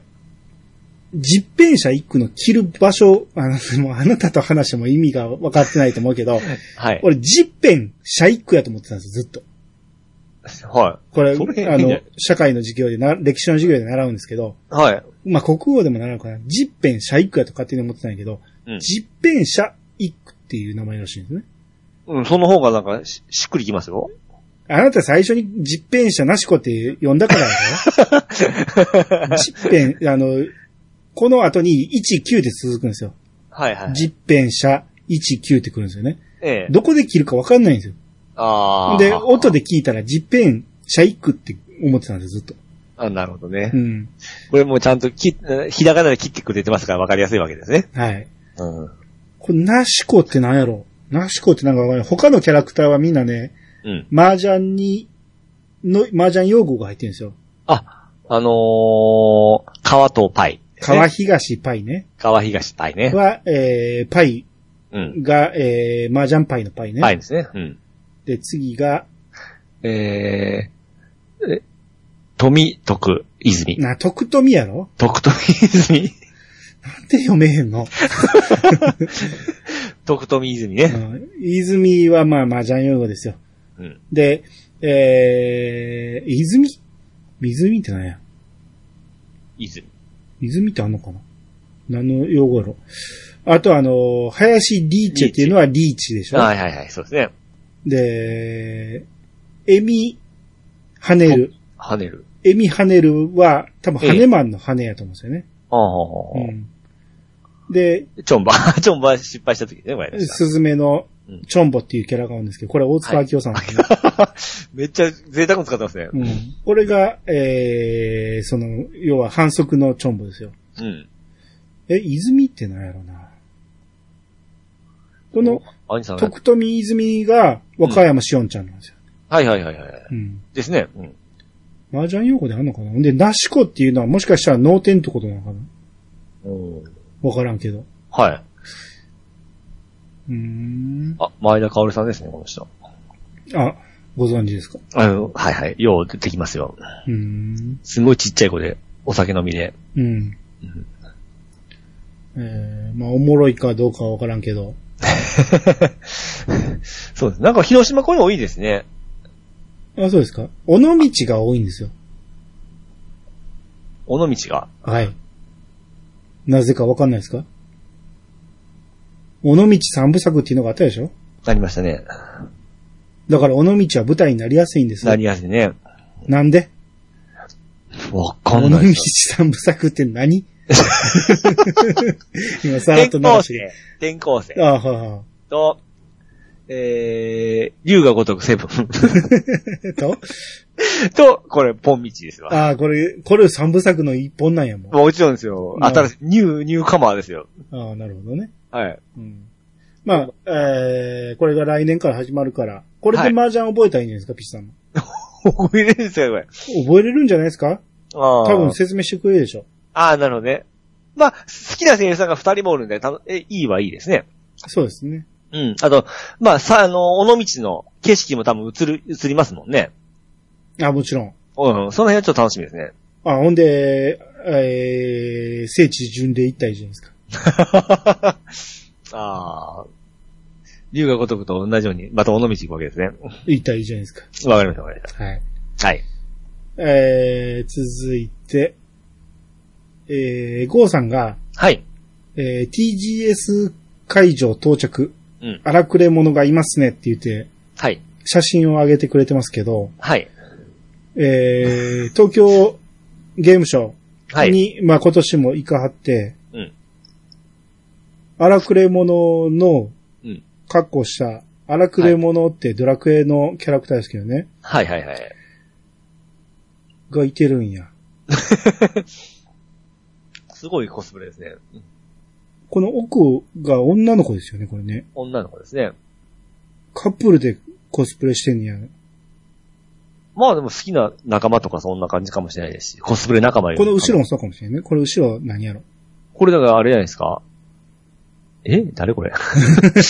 実編者一句の着る場所、あの、もうあなたと話しても意味が分かってないと思うけど、
はい。
俺実編者一句やと思ってたんですよ、ずっと。
は
これ、
それ
あ
いい
の
ね、
社会の授業でな、歴史の授業で習うんですけど、
い。はい。
まあ、国語でも習うから、実編者一句やと勝手に思ってたんやけど、
うん
実編者一句っていう名前らしいんですね。
うん、その方がなんかし、しっくりきますよ。 [LAUGHS]
あなた最初に実編者なし子って呼んだからや
[LAUGHS]
ろ実編、あの、この後に19で続くんですよ。
はいはい。
実編者19ってくるんですよね。
ええ。
どこで切るかわかんないんですよ。
ああ。
で、音。で聞いたら、ジッペン、シャイクって思ってたんですよ、ずっと。
あなるほどね
う。ん。
これもちゃんとき、えひらがなで切ってくれてますから分かりやすいわけですね。
はい。
うん。
これ、ナシコってなんやろナシコってなんかわかんない。他のキャラクターはみんなね、
うん。
麻雀に、の、麻雀用語が入ってるんですよ。
あ、あのー、川とパイ、
川
ね。
東パイね。
川東パイね。
は、えー、パイ
うん。
が、えー、麻雀パイのパイね。
パイですね。うん。
で、次が、
えー、え、富、徳、泉。
な、徳富やろ
徳、富、泉。
なんで読めへんの、
[LAUGHS] 徳、富、泉
う
ね。
ん、泉はまあ麻雀用語ですよ。
うん。
で、えー、泉泉って何や
泉。
泉ってあんのかな何の用語やろあとあの、林リーチェっていうのはリーチでしょ
はいはいはい、そうですね。
で、エミ、ハネル。
跳ねる。
エミハネルは、多分ハネマンのハネやと思うんですよね。
ああ、
うん、で、
チョンバ、 [LAUGHS] チョンバ失敗した時ね、これね。
スズメの
うん
チョンボっていうキャラがあるんですけど、これは大塚明夫さんなんですね、
[LAUGHS] めっちゃ贅沢に使ってますね。
うん。これが、えー、その、要は反則のチョンボですよ。
うん。
え、泉ってなんやろな。この、
アニさんが
徳富泉が若山しおんちゃんなんですよ。
はいはいはいはい。
うん。
ですね。うん。
麻雀用語であんのかなほんで、ナシコっていうのはもしかしたら脳天ってことなのかなわからんけど。
はい。
うーん。
あ、前田香織さんですね、この人。
あ、ご存知ですか
あの、はいはい。よう出てきますよ。
うーん。
すごいちっちゃい子で、お酒飲みで。 [LAUGHS]
うん
うん。
えー、まあ、おもろいかどうかはわからんけど。
そうです。なんか広島こういうの多いですね。
あ、そうですか尾道が多いんですよ。
尾道が。
はい。なぜかわかんないですか尾道三部作っていうのがあったでしょ
なりましたね。
だから尾道は舞台になりやすいんです
な
よ。
りやすいね。
なんで
わか
尾
んない
道
です。
三部作って [LAUGHS] 何今さらっと
転
流
校
して。
生。転校生。
あはは
と、えー、竜が如くセブン。 [LAUGHS]
えっと、
と、これ、ポン道ですわ。
ああ、これ、これ三部作の一本なんやもん。あ
もちろんですよ。
うん
新しい、ニュー、ニューカマーですよ。
あ、なるほどね。
[LAUGHS] はい。
うん。まあ、えー、これが来年から始まるから、これで麻雀覚えたらいいんじゃないですか、ピッチさんも。
覚えれるんですか、これ。
覚えれるんじゃないですか
ああ。
多分説明してくれるでしょ。
ああ、なるほどね。まあ、好きな声優さんが二人もおるんで、たのえ、いいはいいですね。
そうですね。
うん。あと、まあ、さ、あの、尾道の景色も多分映る、映りますもんね。
あ、もちろん。
うん、その辺はちょっと楽しみですね。
あ、ほんで、えー、聖地巡礼行ったらいいじゃないですか。
あ [LAUGHS] あ。龍が如くと同じように、また尾道行くわけですね。
行ったらいいじゃないですか。
わかりました、わかりまし
はい。
た。はい。
えー、続いて、えー、ゴーさんが、
はい。
えー、TGS 会場到着、
うん。
荒くれ者がいますねって言って、
はい。
写真を上げてくれてますけど、
はい。
えー、東京ゲームショ
は
ウ
い。
に、まあ今年も行かはって、
うん。
荒くれ者の
うん。
格好した、荒くれ者ってドラクエのキャラクターですけどね、
はいはいはい。
がいてるんや。
すごいコスプレですね。うん
この奥が女の子ですよね、これね。
女の子ですね。
カップルでコスプレしてんねや。
まあでも好きな仲間とかそんな感じかもしれないですし、コスプレ仲間より
この後ろもそうかもしれないね。これ後ろ何やろ。
これだからあれじゃないですかえ誰これ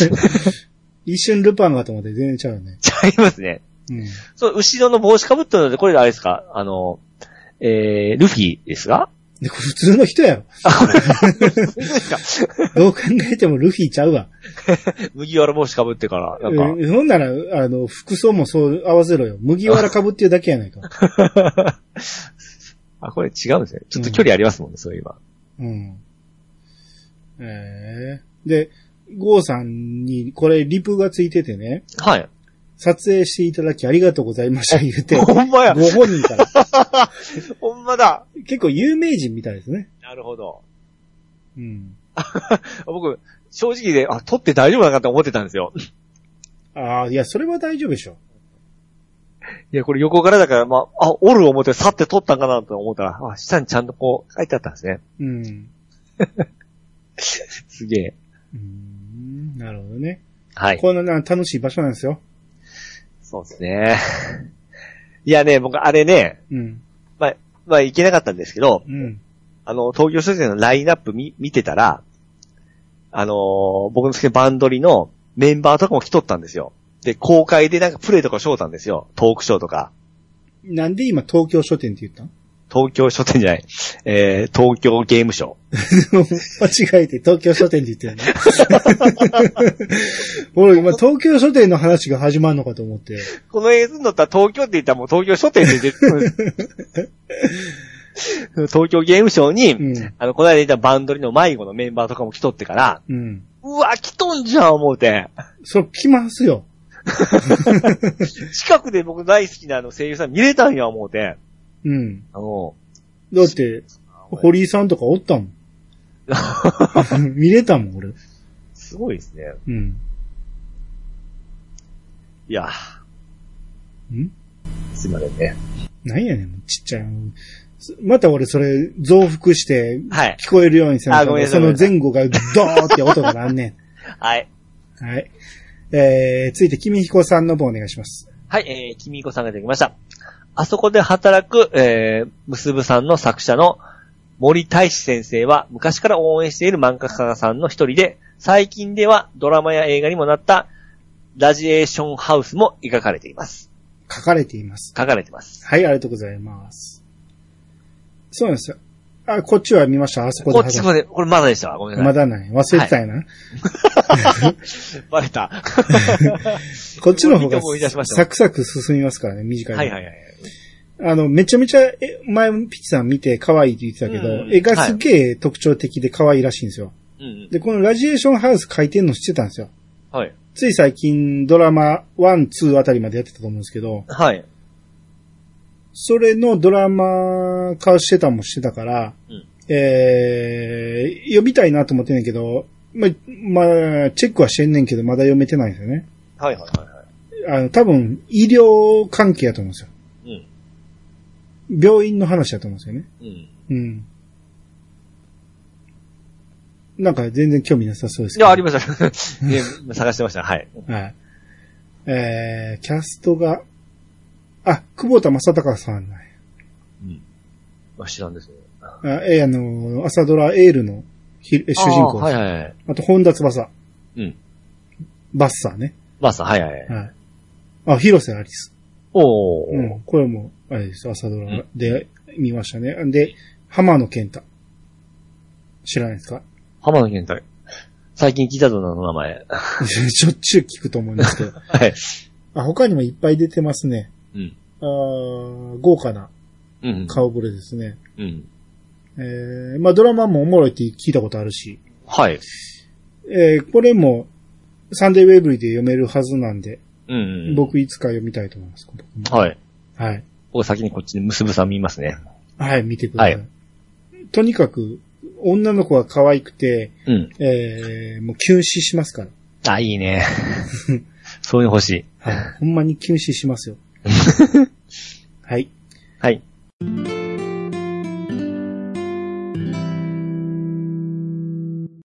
[LAUGHS]
一瞬ルパンがと思って全然ちゃうよね。
違いますね。
うん。
そう、後ろの帽子かぶってるので、これあれですかあの、えー、ルフィですか [LAUGHS]
で、これ普通の人やろ。
あ、これ、ですか
どう考えてもルフィちゃうわ。
麦わら帽子かぶってから、なんか、
うんほんなら、あの、服装もそう合わせろよ。麦わら被ってるだけやない
[LAUGHS]
か。
あ、これ違うんですね。ちょっと距離ありますもんね、そういえば。
うん。ええで、ゴーさんに、これ、リプがついててね、
はい。
撮影していただきありがとうございました、言うて、
[LAUGHS] ほんまや
ご本人から。
ほんまだ
結構有名人みたいですね。
なるほど。
うん。
僕、正直で、あ、撮って大丈夫なのかって思ってたんですよ。
ああ、いや、それは大丈夫でしょ。
いや、これ横からだから、まあ、あ、おる思って去って取ったんかなと思ったら、あ、下にちゃんとこう書いてあったんですね。
うん。
すげえ。
うーんなるほどね。
はい。
こんな楽しい場所なんですよ。
そうですね。いやね、僕あれね、
うん。
まあ行けなかったんですけど、
うん。
あの、東京書店のラインナップ見見てたら、あのー僕の好きなバンドリのメンバーとかも来とったんですよ。で、公開でなんかプレイとかしょうたんですよ。トークショーとか。
なんで今東京書店って言ったん
東京書店じゃない。えー、東京ゲームショー。
[LAUGHS] 間違えて東京書店って言ってるね。 [LAUGHS] 俺今東京書店の話が始まるのかと思って。
この映像に乗ったら東京って言ったらもう東京書店で出てくる。
[LAUGHS]
東京ゲームショーに、
うん。
あの、この間いたバンドリの迷子のメンバーとかも来とってから、
うん。
うわ、来とんじゃん、思うて。
それ来ますよ。
近くで僕大好きなあの声優さん見れたんや、思うて。
うん。
あの、
だって、堀井さんとかおったもん。見れたもん、俺。 [LAUGHS]
すごいですね。
うん。
いや、
ん
すいませんね。
なんやねん、ちっちゃい。すまた俺それ増幅して
はい。
聞こえるようにせ
あごめんなさ
そ
い
の前後がドーって音がなんね
はい。
ん。はい。えー、続いて、君彦さんの方お願いします。
はい、えー、君彦さんができました。あそこで働く、えー、むすぶさんの作者の森大志先生は昔から応援している漫画家さんの一人で、最近ではドラマや映画にもなったラジエーションハウスも描かれています。
書かれています。
書かれてます。
はい、ありがとうございます。そうなんですよ。あ、こっちは見ました。あそこで
こっち
働
まで、これまだでしたわ。ごめん
く。
な
ま
さい。
だない。忘れてたんやな。
バレた。
こっちの方
もう一回
が
思い出しました
サクサク進みますからね、短いの。
はいはいはい。
あの、めちゃめちゃ、え前、ピチさん見て可愛いって言ってたけど、
うん
絵がすげえ特徴的で可愛いらしいんですよ。
うんうん。
で、このラジエーションハウス書いてんの知ってたんですよ。
はい。
つい最近ドラマ1、2あたりまでやってたと思うんですけど、
はい。
それのドラマ化してたもしてたから、
うん
えー、読みたいなと思ってんねんけど、ま、まあ、チェックはしてんねんけど、まだ読めてないんですよね。
はいはいはいは
あの、多分、医療関係やと思うんですよ。
い。うん。
病院の話だと思うんですよね。
うん。
うん。なんか全然興味なさそうです
い
けど
や、ありました。 [LAUGHS] ね、探してました。はい。
はい。えー、キャストが、あ、久保田正孝さんなんや
うん。まあ、知らんですね。あ
あ、えーあのー、朝ドラエールのひえ主人公
あ
です
ーはいはいはい。
あと、本田翼。
うん。
バッサーね。
まあさ、はいはい。
はい。あ、広瀬アリス。
おー。
うん。これも、あれです。朝ドラで見ましたね。で、浜野健太。知らないですか [LAUGHS]
浜野健太。最近聞いたぞ、あの名前。 [LAUGHS]
しょっちゅう聞くと思うんですけど。
はい。
あ、他にもいっぱい出てますね。
うん。
あー豪華な
うん。
顔ぶれですね。
うん。
えー、まあドラマもおもろいって聞いたことあるし、
はい。
えー、これもサンデーウェブリーで読めるはずなんで、
うんうんうん。。
僕いつか読みたいと思います。僕も
はい。
はい。
僕先にこっちに結ぶさん見ますね。
はい、見てください。
は
とにかく、女の子が可愛くて、
うん。
えー、もう休止しますから。
あ、いいね。
[LAUGHS]
そういうの欲しい。
はい。ほんまに休止しますよ。はい。
はい。